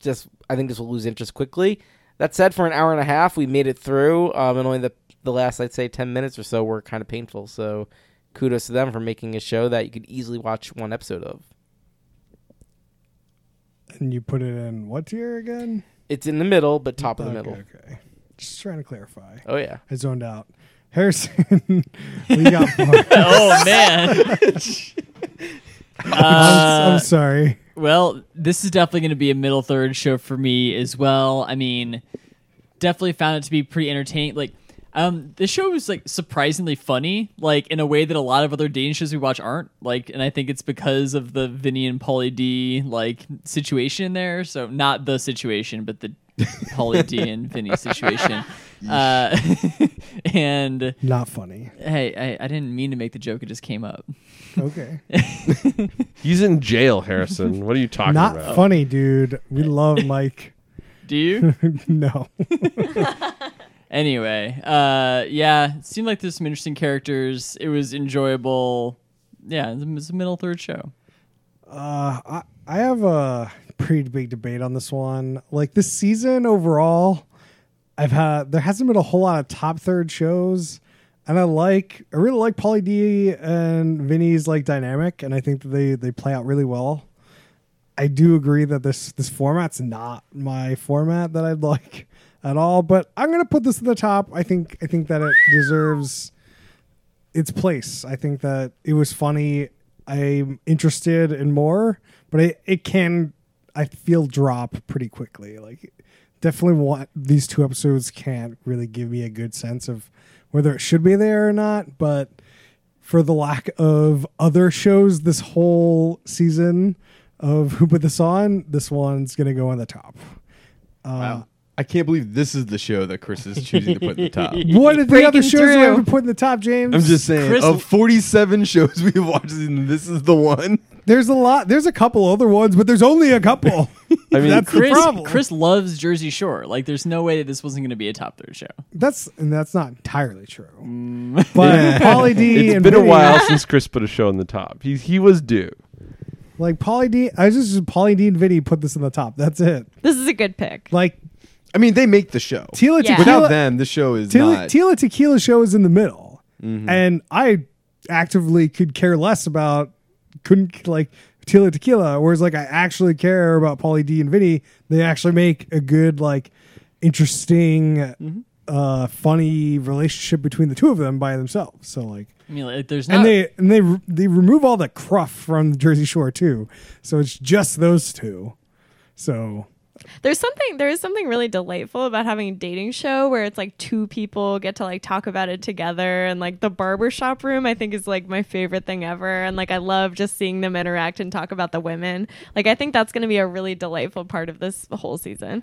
D: just I think this will lose interest quickly. That said, for an hour and a half, we made it through, um, and only the the last I'd say ten minutes or so were kind of painful. So, kudos to them for making a show that you could easily watch one episode of.
A: And you put it in what tier again?
D: It's in the middle, but top of the
A: okay,
D: middle.
A: Okay. Just trying to clarify.
D: Oh yeah,
A: I zoned out. Harrison, *laughs* we got. I'm,
E: *laughs* oh man.
A: I'm
E: Uh,
A: sorry.
E: well, this is definitely going to be a middle third show for me as well. I mean, definitely found it to be pretty entertaining. Like, um, this show was like surprisingly funny, like in a way that a lot of other dating shows we watch aren't. Like, and I think it's because of the Vinny and Pauly D like situation there. So not the situation, but the Pauly D and Vinny situation. Uh, *laughs* and
A: Not funny.
E: hey, I, I didn't mean to make the joke; it just came up.
A: Okay.
B: He's in
A: *laughs*
B: jail, Harrison. What are you talking
A: Not
B: about?
A: funny, dude. We love Mike. *laughs*
E: Do you?
A: no.
E: Anyway, uh, yeah, it seemed like there's some interesting characters. It was enjoyable. Yeah, it was a middle third show.
A: Uh, I, I have a pretty big debate on this one. Like this season overall, I've had there hasn't been a whole lot of top third shows, and I like I really like Pauly D and Vinny's like dynamic, and I think that they they play out really well. I do agree that this this format's not my format that I'd *laughs* like at all, but I'm gonna put this at the top. I think I think that it deserves its place. I think that it was funny. I'm interested in more, but it, it can I feel drop pretty quickly. Like definitely want these two episodes can't really give me a good sense of whether it should be there or not, but for the lack of other shows this whole season of who put this on, this one's gonna go on the top.
F: I can't believe this is the show that Chris is choosing to put in the top.
C: *laughs*
A: What are the
E: Breaking
A: other shows that
E: through.
A: I would put in the top, James?
F: I'm just saying,
E: Chris-
F: of 47 *laughs* shows we've watched, this is the one.
A: there's a lot there's a couple other ones, but there's only a couple.
B: I mean,
A: That's-
E: Chris,
A: problem.
E: Chris loves Jersey Shore. Like, there's no way that this wasn't going to be a top third show.
A: That's and that's not entirely true. But Pauly D
B: Mm. *laughs* it's
A: and
B: been a
A: Vinny- *laughs*
B: while since Chris put a show on the top. He he was due.
A: Like Pauly D, I just Pauly D and Vinny put this in the top. That's it.
C: This is a good pick.
A: Like
F: I mean, they make the show.
A: Tila
C: Yeah.
A: Tequila,
F: Without them, the show is
A: Tila,
F: not.
A: Tila Tequila show is in the middle,
B: Mm-hmm.
A: and I actively could care less about couldn't like Tila Tequila. Whereas like I actually care about Pauly D and Vinny. They actually make a good like interesting,
B: Mm-hmm.
A: uh, funny relationship between the two of them by themselves. So like
E: I mean, like, there's not.
A: and they and they re- they remove all the cruff from the Jersey Shore too, so it's just those two. So
C: There's something there is something really delightful about having a dating show where it's like two people get to like talk about it together and like the barbershop room I think is like my favorite thing ever and like I love just seeing them interact and talk about the women. Like I think that's going to be a really delightful part of this whole season.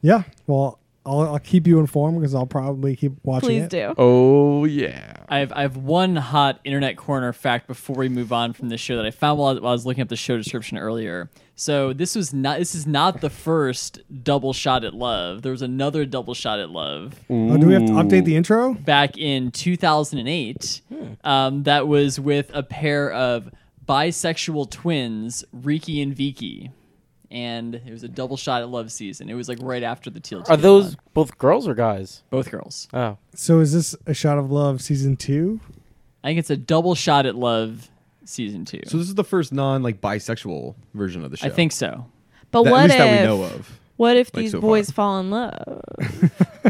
A: yeah, well, I'll, I'll keep you informed because I'll probably keep watching.
C: Please
A: it.
C: do.
B: Oh yeah.
E: I've I've one hot internet corner fact before we move on from this show that I found while I, while I was looking up the show description earlier. So this was not this is not the first double shot at love. There was another double shot at love.
A: Oh, do we have to update the intro?
E: back in 2008 um, that was with a pair of bisexual twins, Riki and Viki. And it was a double shot at love season. It was like right after the teal.
D: are those both girls or guys?
E: both girls?
D: Oh,
A: So is this a shot of love season two?
E: I think it's a double shot at love season two.
F: So this is the first non like bisexual version of the show.
E: I think so.
C: But
F: That-
C: what
F: at least
C: if
F: that we know of.
C: what if
F: like,
C: these
F: so
C: boys fall
F: *laughs*
C: in love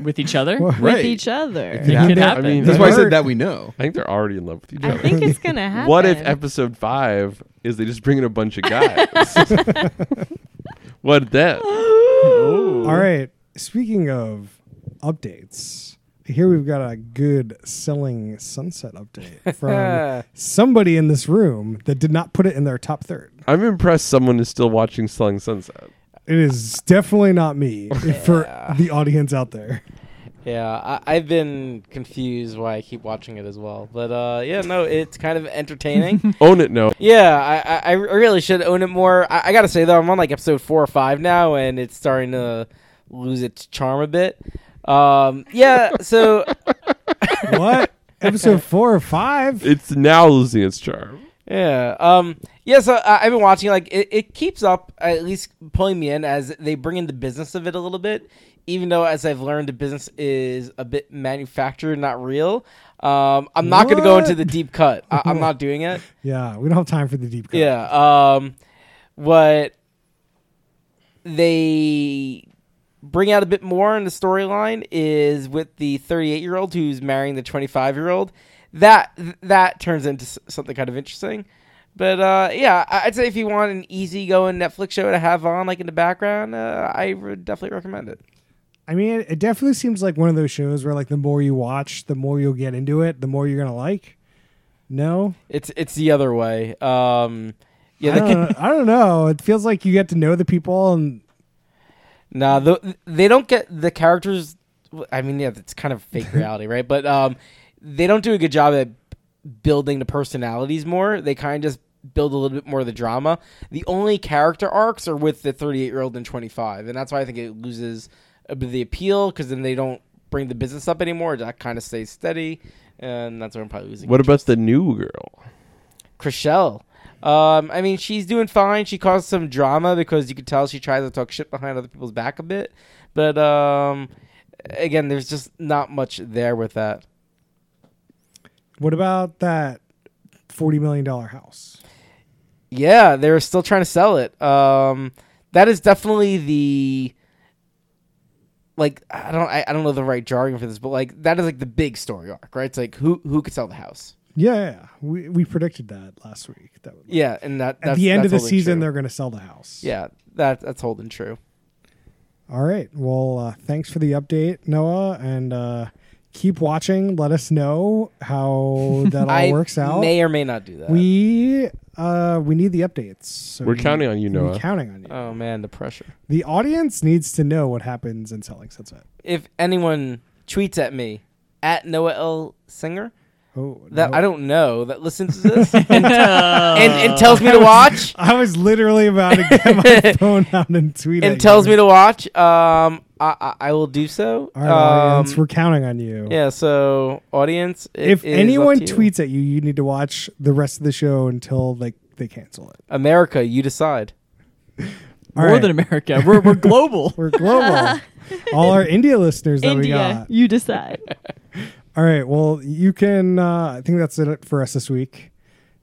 E: With each other,
C: with each other?
E: it
F: happen.
E: could
F: I
E: happen.
B: mean,
F: That's why I
A: Word.
F: said that we know.
B: I think they're already in love with each
C: I
B: other.
C: think it's going to
F: *laughs*
C: happen.
B: What if
C: *gasps*
B: episode five is they just bring in a bunch of
C: *laughs*
B: guys? what then?
A: All right. Speaking of updates, I here we've got a good selling sunset
C: *laughs*
A: update from somebody in this room that did not put it in their top third.
B: I'm impressed someone is still watching Selling Sunset.
A: It is definitely not me
C: *laughs*
A: for the audience out there.
D: Yeah, I, I've been confused why I keep watching it as well. But uh, yeah, no, it's kind
B: *laughs*
D: of entertaining.
B: Own it, no.
D: yeah, I, I, I really should own it more. I, I gotta say though, I'm on like episode four or five now, and it's starting to lose its charm a bit. Um, yeah, so
A: What? *laughs* Episode four or five?
B: It's now losing its charm.
D: Yeah. Um. Yeah. So I, I've been watching. Like it, it keeps up, at least pulling me in as they bring in the business of it a little bit. Even though, as I've learned, the business is a bit manufactured, not real. Um. I'm not going to go
A: What?
D: into the deep cut. I, I'm not doing it.
A: Yeah, we don't have time for the deep cut.
D: Yeah. Um, what they bring out a bit more in the storyline is with the 38 year old who's marrying the 25 year old. That that turns into s- something kind of interesting. But uh, yeah, I- I'd say if you want an easy going Netflix show to have on like in the background, uh, I would definitely recommend it.
A: I mean, it definitely seems like one of those shows where like the more you watch, the more you'll get into it, the more you're gonna like. No,
D: It's it's the other way. Um, yeah,
A: I
D: they,
A: don't, I don't know. It feels like you get to know the people, and
D: Nah, the, they don't get the characters. I mean, yeah, it's kind of fake reality, right? But um, they don't do a good job at building the personalities more. They kind of just build a little bit more of the drama. The only character arcs are with the 38 year old and 25, and that's why I think it loses a bit of the appeal because then they don't bring the business up anymore. That kind of stays steady, and that's why I'm probably losing.
B: What about the new girl?
D: Chriselle. Um, I mean, she's doing fine. She caused some drama because you could tell she tries to talk shit behind other people's back a bit. But um, again, there's just not much there with that.
A: what about that forty million dollar house?
D: Yeah, they're still trying to sell it. Um, that is definitely the like I don't I, I don't know the right jargon for this, but like that is like the big story arc, right? It's like who who could sell the house?
A: Yeah, yeah, yeah. we we predicted that last week. That would,
D: Yeah, and that
A: at
D: that's,
A: the end
D: that's
A: of the
D: holding
A: season,
D: true.
A: they're gonna sell the house.
D: yeah that that's holding true.
A: All right. Well, uh, thanks for the update, Noah, and uh, keep watching. Let us know
D: *laughs*
A: how that all
D: I
A: works out.
D: may or may not do that.
A: we uh, we need the updates. So
B: We're counting on you,
A: We're
B: Noah.
A: counting on you.
D: oh man, the pressure.
A: The audience needs to know what happens in Selling Sunset.
D: if anyone tweets at me at Noah L. Singer
A: Oh,
D: that
A: no.
D: I don't know that listens to this and, and, and
A: *laughs*
D: tells me to watch
A: I was literally about to get
D: *laughs*
A: my phone out and tweet.
D: and
A: at
D: tells
A: you.
D: me to watch, um, I, I, I will do so.
A: All right, audience,
D: um,
A: we're counting on you.
D: yeah. So audience, it
A: if
D: is up
A: anyone
D: to you.
A: tweets at you, you need to watch the rest of the show until like they cancel it.
D: America, you decide.
A: All
E: More
A: right.
E: than America. We're, we're global.
A: We're global. All our India listeners that we
C: India,
A: got.
C: you decide.
A: All right. Well, you can. Uh, I think that's it for us this week.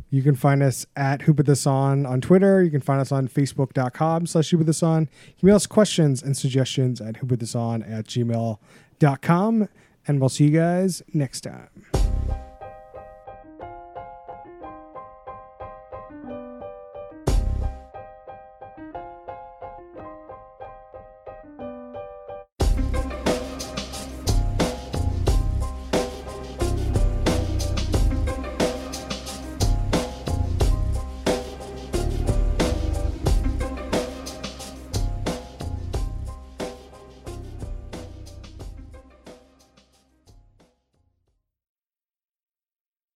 A: You can find us at Who Put This On on Twitter. You can find us on Facebook.com slash Who Put This On. Email us questions and suggestions at Who Put This On at gmail.com. And we'll see you guys next time.